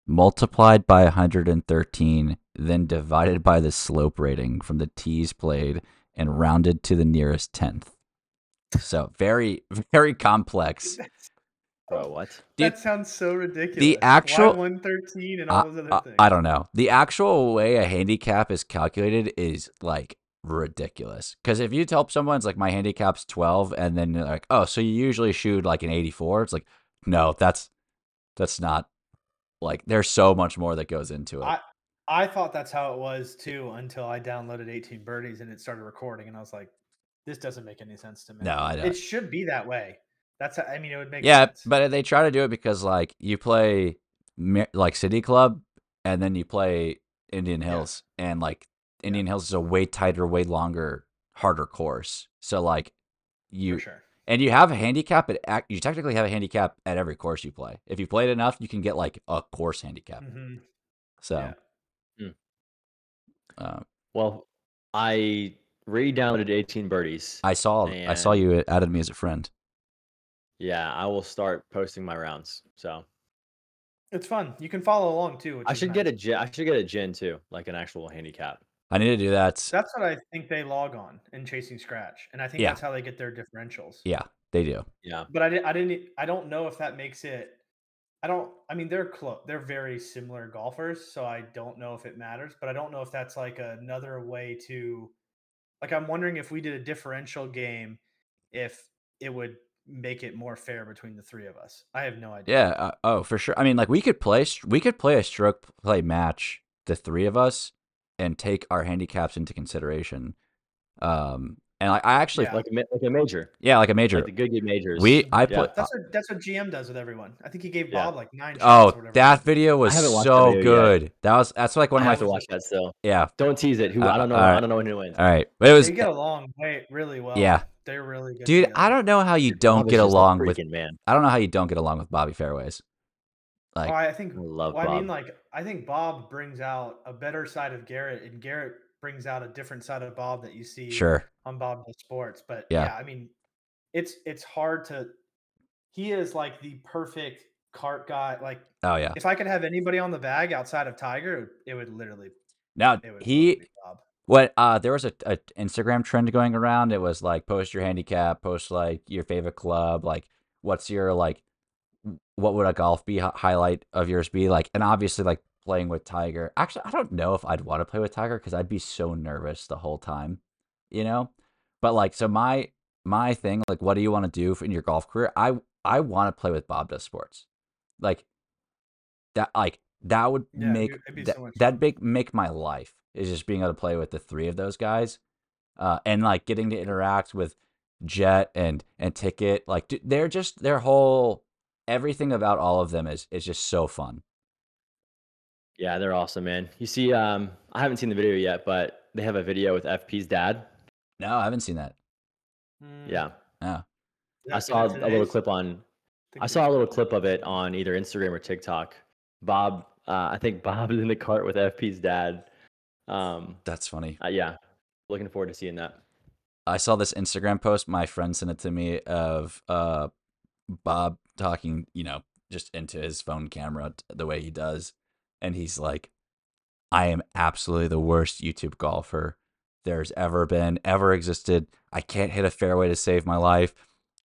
[SPEAKER 1] multiplied by 113, then divided by the slope rating from the tees played and rounded to the nearest tenth. So very, very complex.
[SPEAKER 3] Oh.
[SPEAKER 2] Bro, what?
[SPEAKER 1] Dude,
[SPEAKER 3] that sounds so ridiculous.
[SPEAKER 1] actual-
[SPEAKER 3] one thirteen and all those other
[SPEAKER 1] I,
[SPEAKER 3] things.
[SPEAKER 1] Uh, I don't know. The actual way a handicap is calculated is like ridiculous. Because if you tell someone it's like my handicap's twelve, and then they're like, oh, so you usually shoot like an eighty-four, it's like, no, that's that's not like there's so much more that goes into it.
[SPEAKER 3] I thought that's how it was too until I downloaded eighteen birdies and it started recording, and I was like, "This doesn't make any sense to me."
[SPEAKER 1] No, I don't.
[SPEAKER 3] It should be that way. That's. I mean, it would make.
[SPEAKER 1] yeah,
[SPEAKER 3] sense.
[SPEAKER 1] but they try to do it because like you play Mar- like City Club, and then you play Indian
[SPEAKER 3] Yeah.
[SPEAKER 1] Hills, and like Indian Hills is a way tighter, way longer, harder course. So like you
[SPEAKER 3] for sure.
[SPEAKER 1] And you have a handicap at ac- you technically have a handicap at every course you play. If you played enough, you can get like a course handicap.
[SPEAKER 3] Mhm.
[SPEAKER 1] So,
[SPEAKER 3] Yeah.
[SPEAKER 2] Mm.
[SPEAKER 1] uh,
[SPEAKER 2] Well, I re-downloaded 18 birdies.
[SPEAKER 1] I saw I saw
[SPEAKER 2] Man.
[SPEAKER 1] you added me as a friend.
[SPEAKER 2] yeah, I will start posting my rounds. So
[SPEAKER 3] It's fun. You can follow along too. Which
[SPEAKER 2] I
[SPEAKER 3] is
[SPEAKER 2] should get a
[SPEAKER 3] nice.
[SPEAKER 2] gen. I should get a gin too, like an actual handicap.
[SPEAKER 1] I need to do that.
[SPEAKER 3] That's what I think they log on in chasing scratch, and I think
[SPEAKER 1] Yeah.
[SPEAKER 3] that's how they get their differentials.
[SPEAKER 1] Yeah, they do.
[SPEAKER 2] Yeah,
[SPEAKER 3] But I didn't. I didn't. I don't know if that makes it. I don't. I mean, they're close. They're very similar golfers, so I don't know if it matters. But I don't know if that's like another way to. Like, I'm wondering if we did a differential game, if it would make it more fair between the three of us. I have no
[SPEAKER 1] Yeah.
[SPEAKER 3] idea.
[SPEAKER 1] Uh, oh, for sure. I mean, like we could play st- we could play a stroke play match, the three of us, and take our handicaps into consideration. Um, and I, I actually,
[SPEAKER 3] Yeah.
[SPEAKER 1] yeah.
[SPEAKER 2] like a, ma- like a major,
[SPEAKER 1] like a major.
[SPEAKER 2] like the good good majors.
[SPEAKER 1] we I
[SPEAKER 2] Yeah.
[SPEAKER 1] put.
[SPEAKER 3] That's what that's what GM does with everyone. I think he gave
[SPEAKER 2] Yeah.
[SPEAKER 3] Bob like nine. shots or
[SPEAKER 1] Oh,
[SPEAKER 3] whatever.
[SPEAKER 1] that video was
[SPEAKER 2] haven't watched that
[SPEAKER 1] so
[SPEAKER 2] video yet.
[SPEAKER 1] good. That was that's like one
[SPEAKER 2] I
[SPEAKER 1] of my
[SPEAKER 2] have to watch that still.
[SPEAKER 1] yeah.
[SPEAKER 2] Don't tease it. Who
[SPEAKER 1] Uh,
[SPEAKER 2] I don't know.
[SPEAKER 1] alright.
[SPEAKER 2] I don't know who wins.
[SPEAKER 1] All right, but it was
[SPEAKER 3] they get along way really well.
[SPEAKER 1] Yeah.
[SPEAKER 3] they're really good.
[SPEAKER 1] dude.
[SPEAKER 3] together.
[SPEAKER 1] I don't know how you
[SPEAKER 2] Dude,
[SPEAKER 1] don't
[SPEAKER 2] Bob is
[SPEAKER 1] get
[SPEAKER 2] just a
[SPEAKER 1] along with
[SPEAKER 2] freaking man.
[SPEAKER 1] I don't know how you don't get along with Bobby Fairways.
[SPEAKER 3] Oh,
[SPEAKER 1] Like
[SPEAKER 3] I think.
[SPEAKER 2] I love
[SPEAKER 3] Well,
[SPEAKER 2] Bob.
[SPEAKER 3] I mean, like, I think Bob brings out a better side of Garrett, and Garrett brings out a different side of Bob that you see
[SPEAKER 1] sure,
[SPEAKER 3] on Bob Does Sports. But
[SPEAKER 1] Yeah.
[SPEAKER 3] yeah. I mean, it's it's hard to. He is like the perfect cart guy. Like,
[SPEAKER 1] oh
[SPEAKER 2] Uh
[SPEAKER 1] yeah.
[SPEAKER 3] if I could have anybody on the bag outside of Tiger, it would, it would literally.
[SPEAKER 1] Now
[SPEAKER 3] It would literally
[SPEAKER 1] he
[SPEAKER 3] be Bob.
[SPEAKER 1] what uh there was a, a Instagram trend going around. It was like post your handicap, post like your favorite club, like what's your like w- what would a golf be hi- highlight of yours be like, and obviously like playing with Tiger. Actually, I don't know if I'd want to play with Tiger because I'd be so nervous the whole time, you know. But like, so my my thing, like, what do you want to do f- in your golf career? I I want to play with Bob Does Sports, like that. Like that would
[SPEAKER 3] Yeah,
[SPEAKER 1] make
[SPEAKER 3] it'd be so
[SPEAKER 1] that
[SPEAKER 3] much
[SPEAKER 1] that big make my life is just being able to play with the three of those guys, uh, and like getting to interact with Jet and and Ticket. Like dude, they're just their whole everything about all of them is is just so fun.
[SPEAKER 2] Yeah, they're awesome, man. You see, um, I haven't seen the video yet, but they have a video with FP's dad.
[SPEAKER 1] No, I haven't seen that.
[SPEAKER 3] Mm,
[SPEAKER 2] Yeah,
[SPEAKER 3] is
[SPEAKER 2] I
[SPEAKER 3] that
[SPEAKER 2] saw a little
[SPEAKER 3] today's?
[SPEAKER 2] clip on.
[SPEAKER 3] think
[SPEAKER 2] I
[SPEAKER 3] it
[SPEAKER 2] saw a
[SPEAKER 3] was-
[SPEAKER 2] little clip of it on either Instagram or TikTok. Bob, uh, I think Bob is in the cart with FP's dad. Um,
[SPEAKER 1] That's funny.
[SPEAKER 2] uh, yeah, looking forward to seeing that.
[SPEAKER 1] I saw this Instagram post. My friend sent it to me of uh, Bob talking, you know, just into his phone camera t- the way he does, and he's like, "I am absolutely the worst YouTube golfer there's ever been, ever existed. I can't hit a fairway to save my life."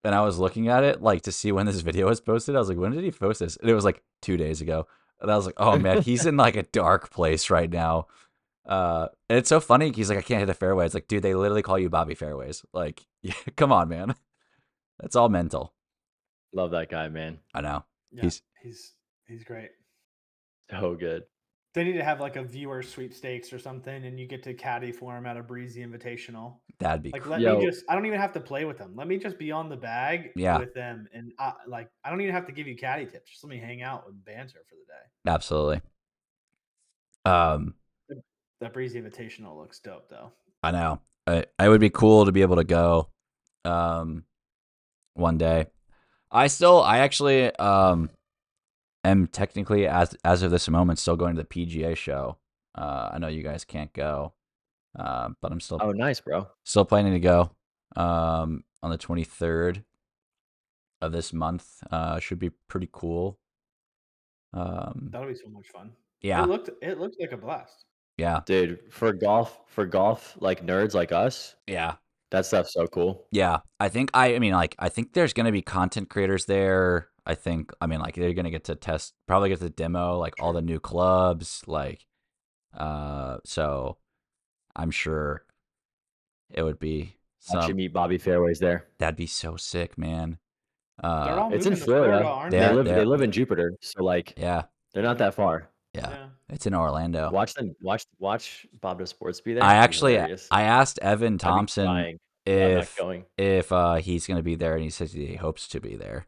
[SPEAKER 1] And I was looking at it like to see when this video was posted. I was like, "When did he post this?" And it was like two days ago. And I was like, "Oh man, he's in like a dark place right now." Uh, and it's so funny. He's like, I can't hit a fairway. It's like, dude, they literally call you Bobby Fairways. Like, yeah, come on, man. That's all mental.
[SPEAKER 2] Love that guy, man.
[SPEAKER 1] I know.
[SPEAKER 3] Yeah,
[SPEAKER 1] he's-
[SPEAKER 3] he's he's great.
[SPEAKER 2] So good.
[SPEAKER 3] They need to have like a viewer sweepstakes or something, and you get to caddy for him at a breezy invitational.
[SPEAKER 1] That'd be
[SPEAKER 3] Like,
[SPEAKER 1] cr-
[SPEAKER 3] let
[SPEAKER 2] Yo.
[SPEAKER 3] me just—I don't even have to play with them. Let me just be on the bag
[SPEAKER 1] Yeah.
[SPEAKER 3] with them, and I, like, I don't even have to give you caddy tips. Just let me hang out and banter for the day.
[SPEAKER 1] absolutely. Um,
[SPEAKER 3] That breezy invitational looks dope, though.
[SPEAKER 1] I know. I, I would be cool to be able to go, um, one day. I still, I actually, um, am technically as as of this moment still going to the PGA show. Uh, I know you guys can't go, uh, but I'm still
[SPEAKER 2] Oh, nice, bro.
[SPEAKER 1] still planning to go um on the 23rd of this month uh should be pretty cool um
[SPEAKER 3] That'll be so much fun.
[SPEAKER 1] yeah
[SPEAKER 3] it looked it looked like a blast.
[SPEAKER 1] yeah
[SPEAKER 2] Dude, for golf, for golf like nerds like us,
[SPEAKER 1] yeah
[SPEAKER 2] that stuff's so cool.
[SPEAKER 1] yeah i think i i mean like i think there's gonna be content creators there i think i mean like they're gonna get to test probably get to demo like all the new clubs like uh so i'm sure it would be
[SPEAKER 2] I should
[SPEAKER 1] some
[SPEAKER 2] meet Bobby Fairways there.
[SPEAKER 1] that'd be so sick man
[SPEAKER 3] They're
[SPEAKER 1] uh
[SPEAKER 3] all
[SPEAKER 2] it's in
[SPEAKER 3] moving to
[SPEAKER 2] Florida.
[SPEAKER 3] aren't
[SPEAKER 1] They
[SPEAKER 2] They
[SPEAKER 1] Yeah,
[SPEAKER 2] live
[SPEAKER 1] they
[SPEAKER 2] they
[SPEAKER 1] are.
[SPEAKER 2] live in Jupiter, so like
[SPEAKER 1] yeah
[SPEAKER 2] they're not that far.
[SPEAKER 1] yeah
[SPEAKER 3] Yeah.
[SPEAKER 1] it's in orlando
[SPEAKER 2] Watch them. Watch watch Bob does sports be there.
[SPEAKER 1] I
[SPEAKER 2] It'd be
[SPEAKER 1] actually uh,
[SPEAKER 2] hilarious.
[SPEAKER 1] I asked Evan
[SPEAKER 2] I'd be
[SPEAKER 1] Thompson
[SPEAKER 2] crying. I'm not
[SPEAKER 1] if
[SPEAKER 2] going.
[SPEAKER 1] if uh, he's gonna be there, and he says he hopes to be there.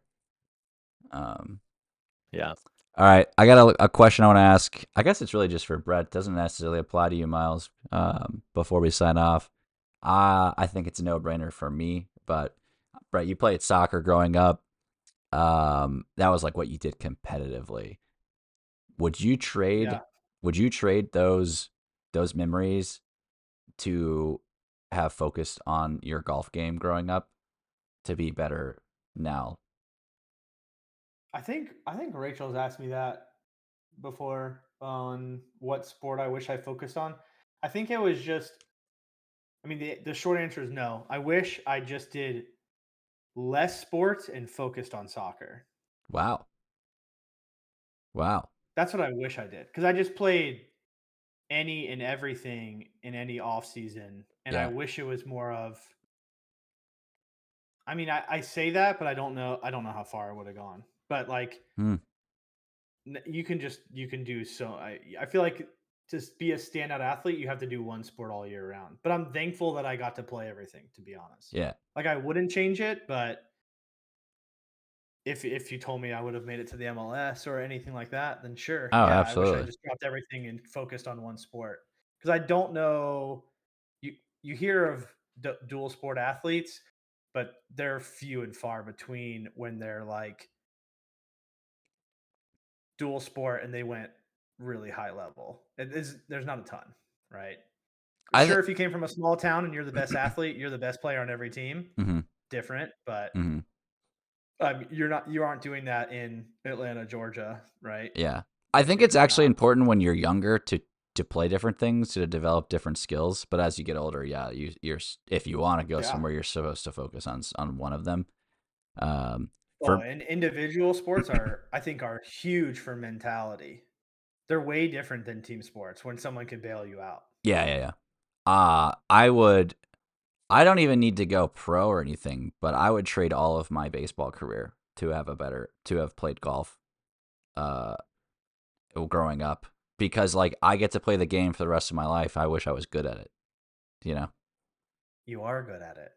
[SPEAKER 1] Um.
[SPEAKER 2] Yeah.
[SPEAKER 1] All right, I got a, a question I want to ask. I guess it's really just for Brett. Doesn't necessarily apply to you, Miles. Um, before we sign off, uh, I think it's a no brainer for me. But Brett, you played soccer growing up. Um, that was like what you did competitively. Would you trade?
[SPEAKER 3] Yeah.
[SPEAKER 1] Would you trade those those memories to have focused on your golf game growing up to be better now?
[SPEAKER 3] I think I think Rachel's asked me that before on what sport I wish I focused on. I think it was just I mean the the short answer is no. I wish I just did less sports and focused on soccer.
[SPEAKER 1] Wow. Wow.
[SPEAKER 3] That's what I wish I did cuz I just played any and everything in any off season and I
[SPEAKER 1] Yeah.
[SPEAKER 3] wish it was more of I mean, I, I say that, but I don't know. I don't know how far I would have gone. But like,
[SPEAKER 1] Hmm.
[SPEAKER 3] n- you can just you can do so. I I feel like to s- be a standout athlete, you have to do one sport all year round. But I'm thankful that I got to play everything. To be honest,
[SPEAKER 1] Yeah.
[SPEAKER 3] like I wouldn't change it, but if if you told me I would have made it to the MLS or anything like that, then sure.
[SPEAKER 1] Oh,
[SPEAKER 3] I wish
[SPEAKER 1] absolutely.
[SPEAKER 3] I just dropped everything and focused on one sport because I don't know. You you hear of du- dual sport athletes, but they're few and far between when they're like dual sport and they went really high level. It is there's not a ton, right?
[SPEAKER 1] I
[SPEAKER 3] sure,
[SPEAKER 1] thi-
[SPEAKER 3] if you came from a small town and you're the best athlete, you're the best player on every team.
[SPEAKER 1] Mhm.
[SPEAKER 3] Different, but
[SPEAKER 1] hmm
[SPEAKER 3] um, you're not you aren't doing that in Atlanta, Georgia, right?
[SPEAKER 1] Yeah. I think
[SPEAKER 3] You're
[SPEAKER 1] it's actually
[SPEAKER 3] not.
[SPEAKER 1] important when you're younger to to play different things to develop different skills, but as you get older, yeah, you you're s- if you want to go
[SPEAKER 3] Yeah.
[SPEAKER 1] somewhere you're supposed to focus on s- on one of them. Um
[SPEAKER 3] Oh,
[SPEAKER 1] for-
[SPEAKER 3] and individual sports are I think are huge for mentality. They're way different than team sports when someone can bail you out.
[SPEAKER 1] yeah, yeah, yeah. Uh I would I don't even need to go pro or anything, but I would trade all of my baseball career to have a better to have played golf uh growing up because like I get to play the game for the rest of my life. I wish I was good at it. You know.
[SPEAKER 3] You are good at it.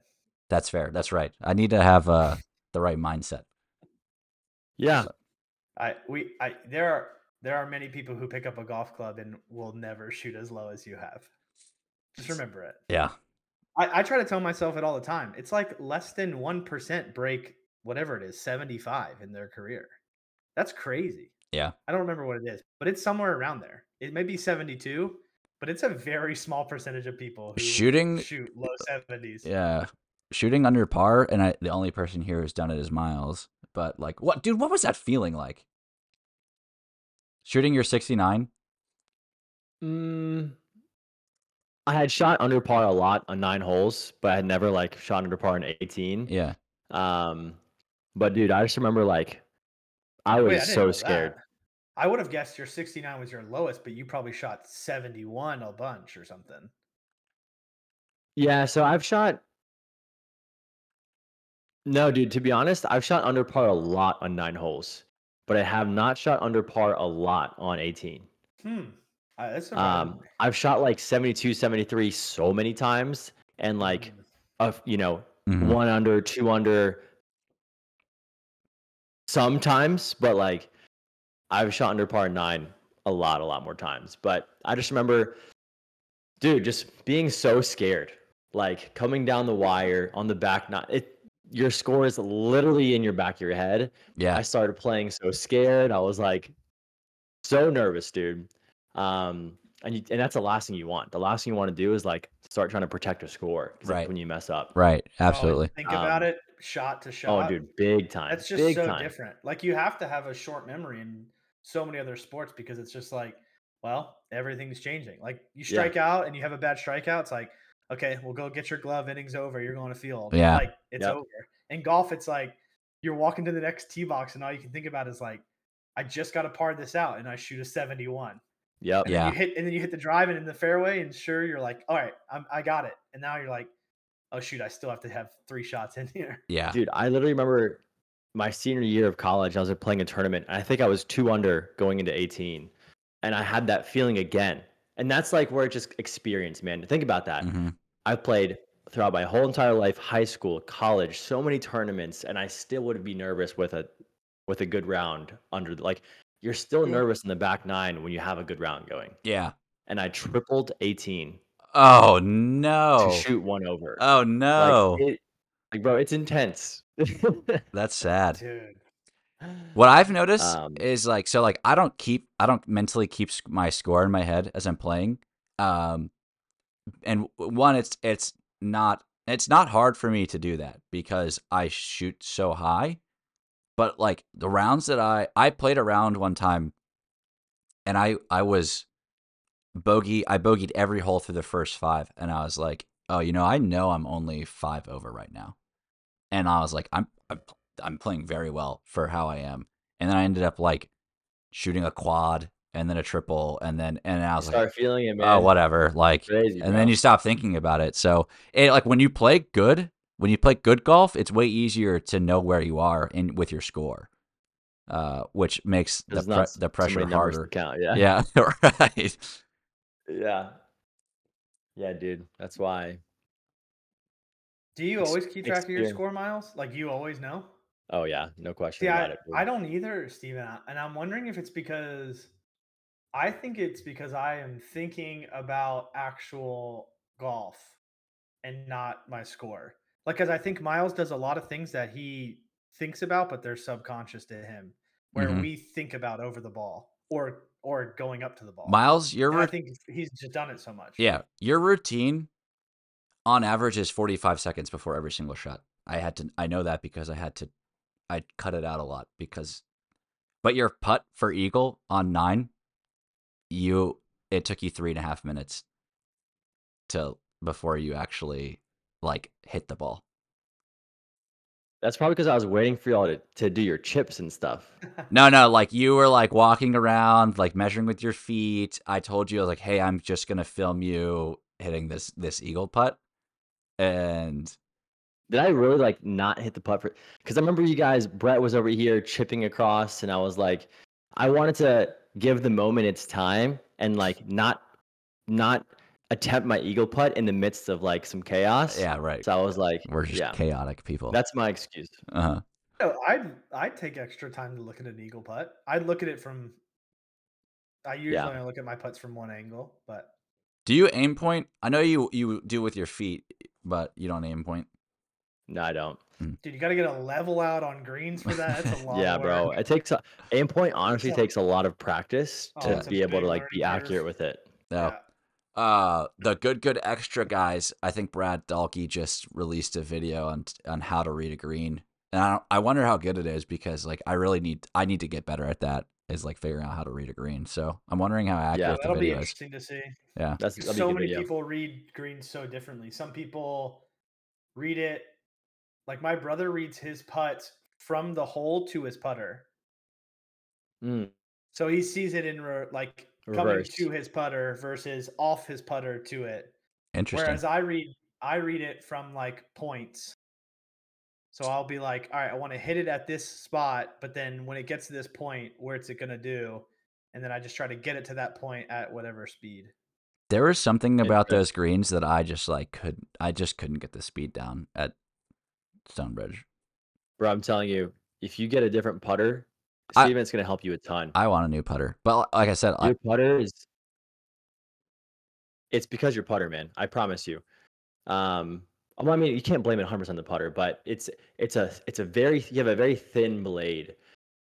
[SPEAKER 1] That's fair. That's right. I need to have uh, the right mindset.
[SPEAKER 2] Yeah.
[SPEAKER 3] I we I there are there are many people who pick up a golf club and will never shoot as low as you have. Just remember it.
[SPEAKER 1] Yeah.
[SPEAKER 3] I, I try to tell myself it all the time. It's like less than one percent break whatever it is, seventy five in their career. That's crazy.
[SPEAKER 1] Yeah.
[SPEAKER 3] I don't remember what it is, but it's somewhere around there. It may be seventy two, but it's a very small percentage of people who
[SPEAKER 1] Shooting-
[SPEAKER 3] shoot low seventies.
[SPEAKER 1] Yeah. Shooting under par, and I, the only person here who's done it is Miles. But like, what, dude? What was that feeling like? Shooting your sixty nine.
[SPEAKER 2] Mm, I had shot under par a lot on nine holes, but I had never like shot under par in 18.
[SPEAKER 1] Yeah.
[SPEAKER 2] Um, but dude, I just remember like Oh, I was
[SPEAKER 3] Wait, I didn't know
[SPEAKER 2] so
[SPEAKER 3] that.
[SPEAKER 2] scared.
[SPEAKER 3] I would have guessed your 69 was your lowest, but you probably shot 71 a bunch or something.
[SPEAKER 2] Yeah, so I've shot. No, dude, to be honest, I've shot under par a lot on nine holes, but I have not shot under par a lot on 18.
[SPEAKER 3] Hmm. Uh, that's surprising.
[SPEAKER 2] Um, I've shot like 72, 73 so many times, and like,
[SPEAKER 3] Mm.
[SPEAKER 2] uh, you know,
[SPEAKER 1] Mhm.
[SPEAKER 2] one under, two under sometimes, but like I've shot under par nine a lot, a lot more times. But I just remember, dude, just being so scared, like coming down the wire on the back nine. It, your score is literally in your back of your head. I
[SPEAKER 1] Yeah.
[SPEAKER 2] started playing so scared. I was like, so nervous, dude. Um, and you, and that's the last thing you want. The last thing you want to do is like start trying to protect your score 'cause that's
[SPEAKER 1] Right.
[SPEAKER 2] when you mess up.
[SPEAKER 1] Right.
[SPEAKER 3] Oh,
[SPEAKER 1] Absolutely.
[SPEAKER 3] think about
[SPEAKER 2] Um,
[SPEAKER 3] it shot to shot.
[SPEAKER 2] Oh, dude, big time.
[SPEAKER 3] That's just
[SPEAKER 2] big
[SPEAKER 3] so
[SPEAKER 2] time.
[SPEAKER 3] different. Like you have to have a short memory in so many other sports because it's just like, well, everything's changing. Like you
[SPEAKER 2] Yeah.
[SPEAKER 3] strike out and you have a bad strikeout, it's like, okay, well, go get your glove. Innings over. You're going to field.
[SPEAKER 1] Yeah.
[SPEAKER 3] like it's
[SPEAKER 2] Yep.
[SPEAKER 3] over. In golf, it's like you're walking to the next tee box and all you can think about is like, I just got to par this out and I shoot a 71.
[SPEAKER 2] Yep.
[SPEAKER 3] And
[SPEAKER 1] Yeah.
[SPEAKER 3] then you hit and then you hit the drive and in the fairway and sure you're like, all right, I'm, I got it. And now you're like, oh shoot, I still have to have three shots in here.
[SPEAKER 1] Yeah.
[SPEAKER 2] Dude, I literally remember my senior year of college, I was like, playing a tournament, and I think I was two under going into 18. And I had that feeling again. And that's like where it just experience, man. Think about that.
[SPEAKER 1] Mhm.
[SPEAKER 2] I've played throughout my whole entire life, high school, college, so many tournaments, and I still would be nervous with a with a good round under the- like you're still
[SPEAKER 3] Yeah.
[SPEAKER 2] nervous in the back nine when you have a good round going.
[SPEAKER 1] Yeah.
[SPEAKER 2] And I tripled 18
[SPEAKER 1] Oh no.
[SPEAKER 2] to shoot one over.
[SPEAKER 1] Oh
[SPEAKER 2] Like,
[SPEAKER 1] no.
[SPEAKER 2] it- like bro, it's intense.
[SPEAKER 1] That's sad.
[SPEAKER 3] Dude.
[SPEAKER 1] What I've noticed
[SPEAKER 2] Um,
[SPEAKER 1] is like so like I don't keep I don't mentally keep sc- my score in my head as I'm playing. Um and w- one it's it's not it's not hard for me to do that because I shoot so high. But like the rounds that I I played a round one time and I I was bogey I bogeyed every hole through the first 5 and I was like, "Oh, you know, I know I'm only 5 over right now." And I was like, "I'm I'm I'm playing very well for how I am." And then I ended up like shooting a quad and then a triple and then and I
[SPEAKER 2] I
[SPEAKER 1] was
[SPEAKER 2] start
[SPEAKER 1] like,
[SPEAKER 2] feeling it, man.
[SPEAKER 1] "Oh, whatever." Like
[SPEAKER 2] Crazy,
[SPEAKER 1] and then
[SPEAKER 2] bro.
[SPEAKER 1] you stop thinking about it. So, it like when you play good, When you play good golf, it's way easier to know where you are in with your score, uh, which makes the,
[SPEAKER 2] There's
[SPEAKER 1] pre-
[SPEAKER 2] not
[SPEAKER 1] the
[SPEAKER 2] so
[SPEAKER 1] pressure
[SPEAKER 2] many numbers to
[SPEAKER 1] harder.
[SPEAKER 2] Count. Yeah.
[SPEAKER 1] Yeah, right.
[SPEAKER 2] Yeah. Yeah, dude. That's why.
[SPEAKER 3] Do you
[SPEAKER 2] Ex-
[SPEAKER 3] always keep track of your
[SPEAKER 2] experience.
[SPEAKER 3] score miles? Like you always know?
[SPEAKER 2] Oh yeah, no question
[SPEAKER 3] See,
[SPEAKER 2] about
[SPEAKER 3] I,
[SPEAKER 2] it. dude.
[SPEAKER 3] I don't either, Steven. I- And I'm wondering if it's because I think it's because I am thinking about actual golf and not my score. Like, because I think Miles does a lot of things that he thinks about, but they're subconscious to him, where
[SPEAKER 2] Mm-hmm.
[SPEAKER 1] Mhm.
[SPEAKER 3] we think about over the ball or or going up to the ball.
[SPEAKER 1] Miles, your
[SPEAKER 3] And I
[SPEAKER 1] routine,
[SPEAKER 3] think he's just done it so much.
[SPEAKER 1] yeah, your routine on average is 45 seconds before every single shot. I had to I know that because I had to I cut it out a lot because but your putt for eagle on 9 you it took you three and a half minutes to before you actually like hit the ball.
[SPEAKER 2] That's probably because I was waiting for y'all to, to do your chips and stuff.
[SPEAKER 1] No, no, like you were like walking around, like measuring with your feet. I told you, I was like, hey, I'm just gonna film you hitting this this eagle putt. And
[SPEAKER 2] Did I really like not hit the putt for? Because I remember you guys, Brett was over here chipping across, and I was like, I wanted to give the moment its time and like not not attempt my eagle putt in the midst of like some chaos.
[SPEAKER 1] yeah, right.
[SPEAKER 2] So I was like,
[SPEAKER 1] We're just
[SPEAKER 2] yeah,
[SPEAKER 1] chaotic people.
[SPEAKER 2] that's my excuse.
[SPEAKER 1] uh-huh.
[SPEAKER 3] No, I'd I'd take extra time to look at an eagle putt. I'd look at it from. I usually
[SPEAKER 2] Yeah.
[SPEAKER 3] only look at my putts from one angle, but
[SPEAKER 1] Do you aim point? I know you you do with your feet, but you don't aim point.
[SPEAKER 2] No, I don't.
[SPEAKER 3] dude, you got to get a level out on greens for that. That's a lot.
[SPEAKER 2] Yeah,
[SPEAKER 3] of
[SPEAKER 2] bro.
[SPEAKER 3] work.
[SPEAKER 2] It takes a, aim point. Honestly,
[SPEAKER 3] Yeah.
[SPEAKER 2] takes a lot of practice
[SPEAKER 3] Oh,
[SPEAKER 2] to
[SPEAKER 1] it's
[SPEAKER 3] a
[SPEAKER 2] be able
[SPEAKER 3] big
[SPEAKER 2] to like
[SPEAKER 3] learning
[SPEAKER 2] be
[SPEAKER 3] curve.
[SPEAKER 2] accurate with it.
[SPEAKER 1] No.
[SPEAKER 3] Yeah.
[SPEAKER 1] Uh the good good extra guys, I think Brad Dalkey just released a video on on how to read a green. And I don't, I wonder how good it is because like I really need I need to get better at that is like figuring out how to read a green. So I'm wondering how accurate the
[SPEAKER 3] That'll be
[SPEAKER 1] video is.
[SPEAKER 3] interesting to see.
[SPEAKER 2] That's that'd be a
[SPEAKER 3] So
[SPEAKER 2] good
[SPEAKER 3] many
[SPEAKER 2] video.
[SPEAKER 3] people read greens so differently. Some people read it like my brother reads his putts from the hole to his putter.
[SPEAKER 2] Mm,
[SPEAKER 3] So he sees it in re- like coming
[SPEAKER 2] Reverse.
[SPEAKER 3] to his putter versus off his putter to it.
[SPEAKER 1] Interesting.
[SPEAKER 3] Whereas I read I read it from like points. So I'll be like, all right, I want to hit it at this spot, but then when it gets to this point, where's it gonna do? And then I just try to get it to that point at whatever speed.
[SPEAKER 1] there was something about
[SPEAKER 2] Interesting.
[SPEAKER 1] those greens that I just like could I just couldn't get the speed down at Stonebridge.
[SPEAKER 2] bro, I'm telling you, if you get a different putter,
[SPEAKER 1] I-
[SPEAKER 2] Steven's gonna help you a ton.
[SPEAKER 1] I want a new putter. But like I said, I,
[SPEAKER 2] your putter is it's because your putter, man. I promise you. Um well, I mean, you can't blame it 100% on the putter, but it's it's a it's a very you have a very thin blade,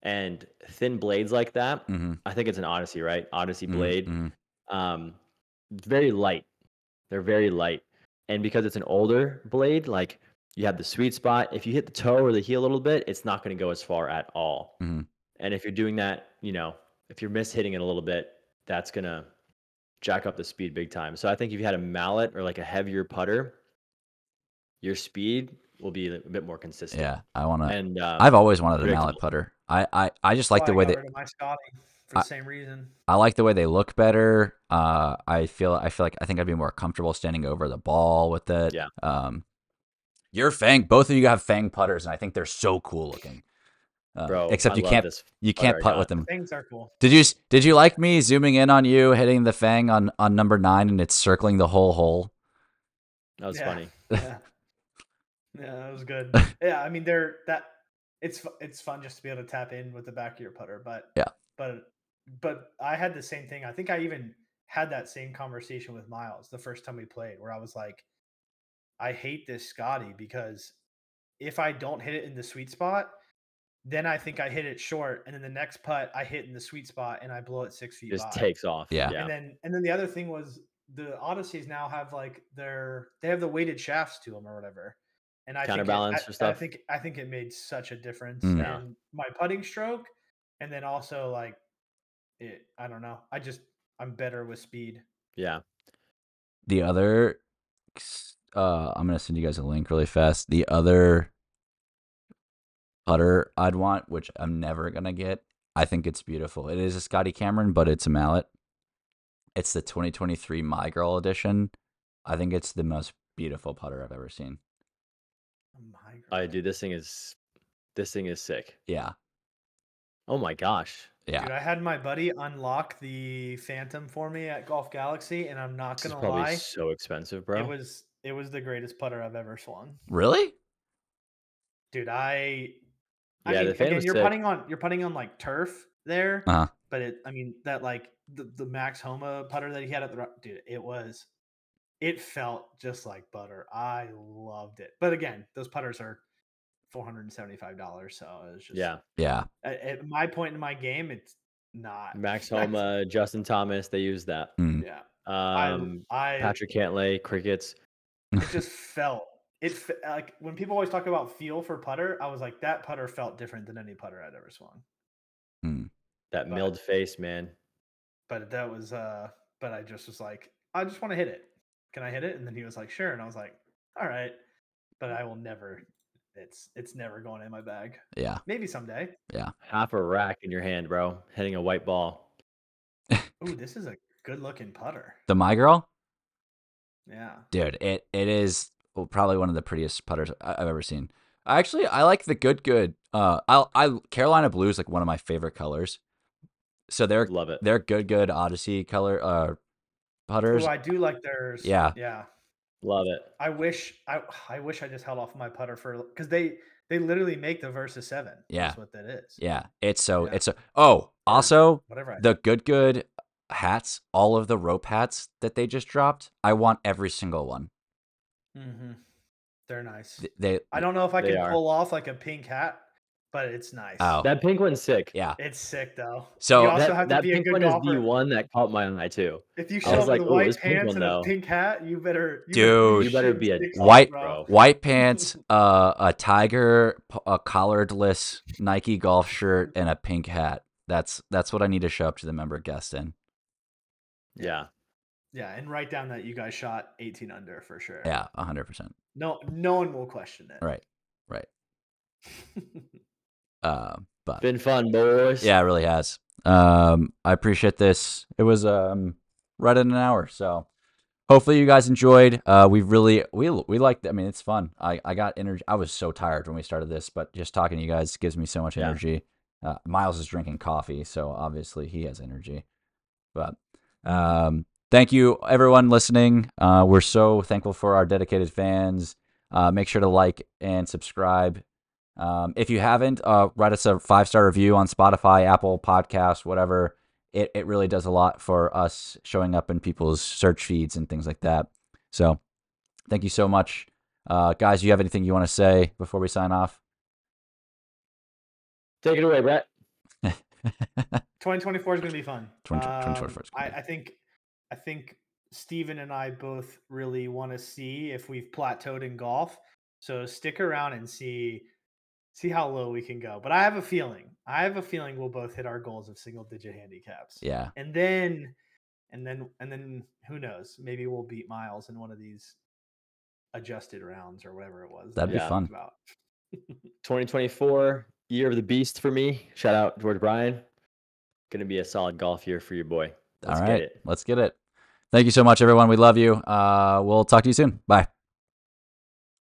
[SPEAKER 2] and thin blades like that.
[SPEAKER 1] mhm,
[SPEAKER 2] I think it's an Odyssey, right? Odyssey
[SPEAKER 1] mhm,
[SPEAKER 2] blade.
[SPEAKER 1] mhm.
[SPEAKER 2] um it's very light they're very light and because it's an older blade like you have the sweet spot if you hit the toe or the heel a little bit it's not going to go as far at all
[SPEAKER 1] Mhm.
[SPEAKER 2] and if you're doing that you know if you're mishitting it a little bit that's going to jack up the speed big time so i think if you had a mallet or like a heavier putter your speed will be a bit more consistent
[SPEAKER 1] Yeah, I want to
[SPEAKER 2] and um,
[SPEAKER 1] I've always wanted a mallet
[SPEAKER 2] predictable.
[SPEAKER 1] putter. I, I, I just like
[SPEAKER 3] Why
[SPEAKER 1] the
[SPEAKER 3] I
[SPEAKER 1] way
[SPEAKER 3] got
[SPEAKER 1] they
[SPEAKER 3] rid of my Scotty for the
[SPEAKER 1] I-
[SPEAKER 3] same reason.
[SPEAKER 1] I like the way they look better. Uh, I feel I feel like I think I'd be more comfortable standing over the ball with it.
[SPEAKER 2] Yeah.
[SPEAKER 1] Um, your fang, both of you have fang putters, and I think they're so cool looking. Uh,
[SPEAKER 2] bro
[SPEAKER 1] except
[SPEAKER 2] I
[SPEAKER 1] you
[SPEAKER 2] love
[SPEAKER 1] can't
[SPEAKER 2] this
[SPEAKER 1] you
[SPEAKER 2] putter
[SPEAKER 1] can't
[SPEAKER 2] I
[SPEAKER 1] putt
[SPEAKER 2] got.
[SPEAKER 1] with them.
[SPEAKER 3] Things are cool.
[SPEAKER 1] Did you s- did you like me zooming in on you hitting the fang on on number nine and it's circling the whole hole?
[SPEAKER 2] that was
[SPEAKER 3] Yeah.
[SPEAKER 2] funny
[SPEAKER 3] Yeah. yeah, that was good. Yeah, I mean they're that it's fu- it's fun just to be able to tap in with the back of your putter, but
[SPEAKER 1] Yeah.
[SPEAKER 3] But but I had the same thing. I think I even had that same conversation with Miles the first time we played where I was like I hate this Scotty because if I don't hit it in the sweet spot, then I think I hit it short and then the next putt I hit in the sweet spot and I blow it 6 feet
[SPEAKER 2] just
[SPEAKER 3] by.
[SPEAKER 2] takes off
[SPEAKER 1] Yeah.
[SPEAKER 3] And then and then the other thing was the Odysseys now have like their they have the weighted shafts to them or whatever. And I think it-
[SPEAKER 2] Counterbalance
[SPEAKER 3] I,
[SPEAKER 2] for stuff?
[SPEAKER 3] I think I think it made such a difference
[SPEAKER 1] Mm.
[SPEAKER 2] Yeah.
[SPEAKER 3] in my putting stroke, and then also like it. I don't know. I just I'm better with speed.
[SPEAKER 2] yeah
[SPEAKER 1] the other uh i'm gonna send you guys a link really fast the other putter i'd want which i'm never gonna get i think it's beautiful it is a scotty cameron but it's a mallet it's the 2023 my girl edition i think it's the most beautiful putter i've ever seen
[SPEAKER 3] A migraine.
[SPEAKER 2] I dude, this thing is this thing is sick.
[SPEAKER 1] Yeah.
[SPEAKER 2] Oh my gosh.
[SPEAKER 1] Yeah.
[SPEAKER 3] Dude, I had my buddy unlock the Phantom for me at Golf Galaxy, and I'm not
[SPEAKER 2] This is
[SPEAKER 3] gonna
[SPEAKER 2] probably
[SPEAKER 3] lie,
[SPEAKER 2] so expensive, bro.
[SPEAKER 3] it was it was the greatest putter I've ever swung.
[SPEAKER 1] Really?
[SPEAKER 3] Dude, I I
[SPEAKER 2] yeah,
[SPEAKER 3] mean,
[SPEAKER 2] the fan
[SPEAKER 3] again,
[SPEAKER 2] was
[SPEAKER 3] you're
[SPEAKER 2] sick.
[SPEAKER 3] putting on you're putting on like turf there,
[SPEAKER 1] Uh-huh.
[SPEAKER 3] but it I mean that like the, the Max Homa putter that he had at the ro- dude, it was it felt just like butter. I loved it, but again, those putters are four hundred and seventy five dollars, so it's just
[SPEAKER 2] yeah,
[SPEAKER 1] Yeah.
[SPEAKER 3] At, at my point in my game, it's not
[SPEAKER 2] Max Homa, uh, Justin Thomas, they used that.
[SPEAKER 1] Mm.
[SPEAKER 3] Yeah,
[SPEAKER 2] Um,
[SPEAKER 3] I, I
[SPEAKER 2] Patrick Cantlay, crickets.
[SPEAKER 3] it just felt it fe- like when people always talk about feel for putter, I was like that putter felt different than any putter I'd ever swung.
[SPEAKER 2] That
[SPEAKER 3] But-
[SPEAKER 2] milled face, man.
[SPEAKER 3] But that was uh but I just was like I just want to hit it. Can I hit it? And then he was like sure and I was like all right. But I will never it's it's never going in my bag.
[SPEAKER 1] Yeah.
[SPEAKER 3] Maybe someday.
[SPEAKER 2] Half a rack in your hand, bro. Hitting a white ball.
[SPEAKER 3] Ooh, this is a good looking putter.
[SPEAKER 1] The My Girl?
[SPEAKER 3] Yeah.
[SPEAKER 1] Dude, it it is well, probably one of the prettiest putters I- I've ever seen. I Actually, I like the good good. Uh, I I Carolina blue is like one of my favorite colors. So they're
[SPEAKER 2] Love it.
[SPEAKER 1] they're good good Odyssey color uh putters.
[SPEAKER 3] Ooh, I do like theirs.
[SPEAKER 1] Yeah.
[SPEAKER 3] Yeah.
[SPEAKER 2] Love it.
[SPEAKER 3] I wish I I wish I just held off my putter for because they they literally make the versus seven.
[SPEAKER 1] Yeah.
[SPEAKER 3] That's what that is.
[SPEAKER 1] yeah, it's so
[SPEAKER 3] Yeah.
[SPEAKER 1] it's a oh also
[SPEAKER 3] Whatever. I,
[SPEAKER 1] the good good hats, all of the rope hats that they just dropped. I want every single one.
[SPEAKER 3] mm-hmm. They're nice.
[SPEAKER 1] Th- They
[SPEAKER 3] I don't know if I
[SPEAKER 2] They
[SPEAKER 3] can
[SPEAKER 2] are.
[SPEAKER 3] pull off like a pink hat, but it's nice.
[SPEAKER 1] Oh.
[SPEAKER 2] That pink one's sick.
[SPEAKER 1] yeah
[SPEAKER 3] It's sick though.
[SPEAKER 1] So
[SPEAKER 3] you also
[SPEAKER 2] that
[SPEAKER 3] have
[SPEAKER 2] that
[SPEAKER 3] to be a
[SPEAKER 2] pink
[SPEAKER 3] good
[SPEAKER 2] one is
[SPEAKER 3] golfer.
[SPEAKER 2] the one that caught my eye too.
[SPEAKER 3] If you
[SPEAKER 1] I
[SPEAKER 3] show
[SPEAKER 1] was
[SPEAKER 3] up
[SPEAKER 2] like,
[SPEAKER 3] with
[SPEAKER 2] "Ooh,
[SPEAKER 3] white
[SPEAKER 2] this pink
[SPEAKER 3] pants
[SPEAKER 2] one,
[SPEAKER 3] and
[SPEAKER 2] though."
[SPEAKER 3] a pink hat, you better you
[SPEAKER 1] Dude.
[SPEAKER 3] better,
[SPEAKER 1] You
[SPEAKER 2] better be a
[SPEAKER 3] sticks off,
[SPEAKER 1] white-
[SPEAKER 2] bro.
[SPEAKER 1] white pants, uh, a tiger, p- a collardless Nike golf shirt, and a pink hat. That's that's what I need to show up to the member guest in.
[SPEAKER 2] Yeah.
[SPEAKER 3] Yeah, and write down that you guys shot 18 under for sure.
[SPEAKER 1] Yeah, hundred percent.
[SPEAKER 3] No no one will question it.
[SPEAKER 1] Right, right. Um, but
[SPEAKER 2] Been fun, boys.
[SPEAKER 1] yeah, it really has. Um, I appreciate this. It was um right at an hour, so hopefully you guys enjoyed. Uh, we really we we liked. I mean, it's fun. I I got energy. I was so tired when we started this, but just talking to you guys gives me so much
[SPEAKER 2] Yeah.
[SPEAKER 1] energy. Uh, Miles is drinking coffee, so obviously he has energy. But um, thank you everyone listening. Uh, we're so thankful for our dedicated fans. Uh, make sure to like and subscribe. Um, if you haven't, uh, write us a five star review on Spotify, Apple Podcasts, whatever. It, it really does a lot for us showing up in people's search feeds and things like that. So thank you so much. Uh, guys, do you have anything you want to say before we sign off?
[SPEAKER 2] Take it away, Brett.
[SPEAKER 3] 2024 is going to be fun.
[SPEAKER 1] 20 2024 is
[SPEAKER 3] Um,
[SPEAKER 1] gonna
[SPEAKER 3] I,
[SPEAKER 1] be-
[SPEAKER 3] I think, I think Steven and I both really want to see if we've plateaued in golf. So stick around and see, see how low we can go. But I have a feeling, I have a feeling we'll both hit our goals of single digit handicaps.
[SPEAKER 1] Yeah.
[SPEAKER 3] And then, and then, and then who knows? Maybe we'll beat Miles in one of these adjusted rounds or whatever it was. that
[SPEAKER 1] That'd
[SPEAKER 3] we
[SPEAKER 2] be
[SPEAKER 3] talked
[SPEAKER 1] fun.
[SPEAKER 3] About.
[SPEAKER 2] 2024 year of the beast for me. Shout out George Bryan. Gonna be a solid golf year for your boy. Let's
[SPEAKER 1] All
[SPEAKER 2] get
[SPEAKER 1] right.
[SPEAKER 2] it.
[SPEAKER 1] Let's get it. Thank you so much, everyone. We love you. Uh, we'll talk to you soon. Bye.